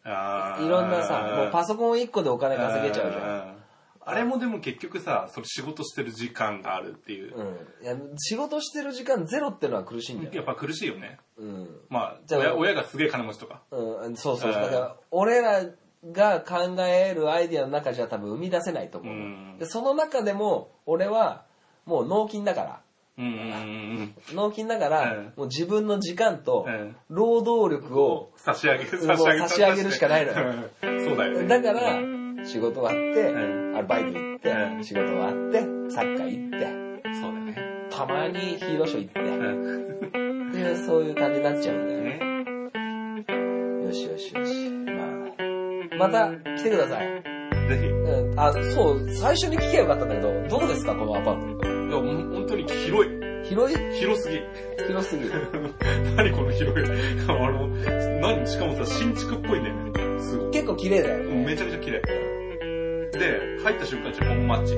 Speaker 2: あー
Speaker 1: いろんなさもうパソコン1個でお金稼げちゃうじゃん
Speaker 2: あーあれもでも結局さその仕事してる時間があるっていう、
Speaker 1: うんいや仕事してる時間ゼロってのは苦しいんだ
Speaker 2: や
Speaker 1: よ、
Speaker 2: っぱ苦しいよね
Speaker 1: うん
Speaker 2: まあ
Speaker 1: じゃあ
Speaker 2: 親親がすげえ金持ちとか
Speaker 1: うん、そうそう
Speaker 2: うん
Speaker 1: だから俺らが考えるアイデアの中じゃ多分生み出せないと思う、
Speaker 2: うん
Speaker 1: でその中でも俺はもう納金だから
Speaker 2: うんうんうん
Speaker 1: 納金だから、
Speaker 2: うん
Speaker 1: もう自分の時間と
Speaker 2: うん
Speaker 1: 労働力
Speaker 2: うん
Speaker 1: を、
Speaker 2: 差し上げる
Speaker 1: もう差し上げるしかないのよ
Speaker 2: うんそうだよね
Speaker 1: だから仕事終わって、
Speaker 2: う
Speaker 1: アルバイト行って、
Speaker 2: うん
Speaker 1: 仕事終わってサッカー行って、
Speaker 2: そうだよね
Speaker 1: たまにヒーローショー
Speaker 2: う
Speaker 1: 行っ
Speaker 2: ん
Speaker 1: て、でそういう感じになっちゃうんだよね。
Speaker 2: ね
Speaker 1: よしよしよし。まあ、また来てください。
Speaker 2: ぜひ
Speaker 1: うん、あ、そう、最初に聞けばよかったんだけど、どうですかこのアパート。
Speaker 2: いやほん本当に広い
Speaker 1: 広い
Speaker 2: 広すぎ
Speaker 1: 広すぎる。
Speaker 2: 何この広い あの何しかもさ新築っぽいんだよねすごい
Speaker 1: 結構綺麗だよね。
Speaker 2: めちゃめちゃ綺麗で、入った瞬間、ちょっとマッチ。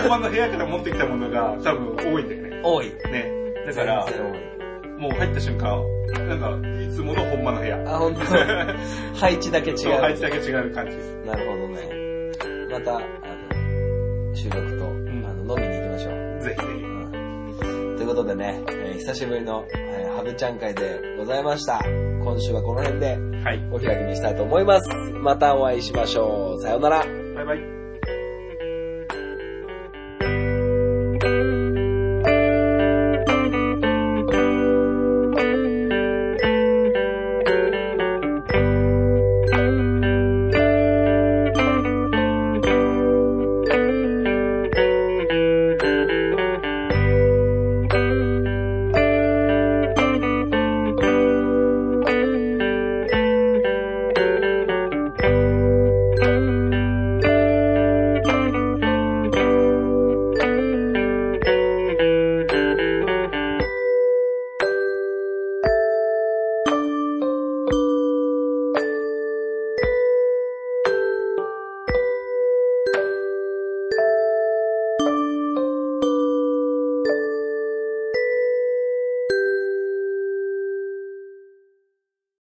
Speaker 2: 本番の部屋から持ってきたものが多分多いんだよね。
Speaker 1: 多い。
Speaker 2: ね。だから
Speaker 1: 全、然多い。
Speaker 2: もう入った瞬間、なんか、いつもの本番の部屋。
Speaker 1: あ、 本当配置だけ違う。
Speaker 2: そう、配置だけ違う感じです。
Speaker 1: なるほどね。また、あの、収録と、
Speaker 2: ん
Speaker 1: あの、飲みに行きましょう。
Speaker 2: ぜひぜひ。
Speaker 1: うんということでね、えー久しぶりの、えーハブちゃん会でございました。今週はこの辺で
Speaker 2: はい。
Speaker 1: お開きにしたいと思います。またお会いしましょう。さようなら。
Speaker 2: バイバイ。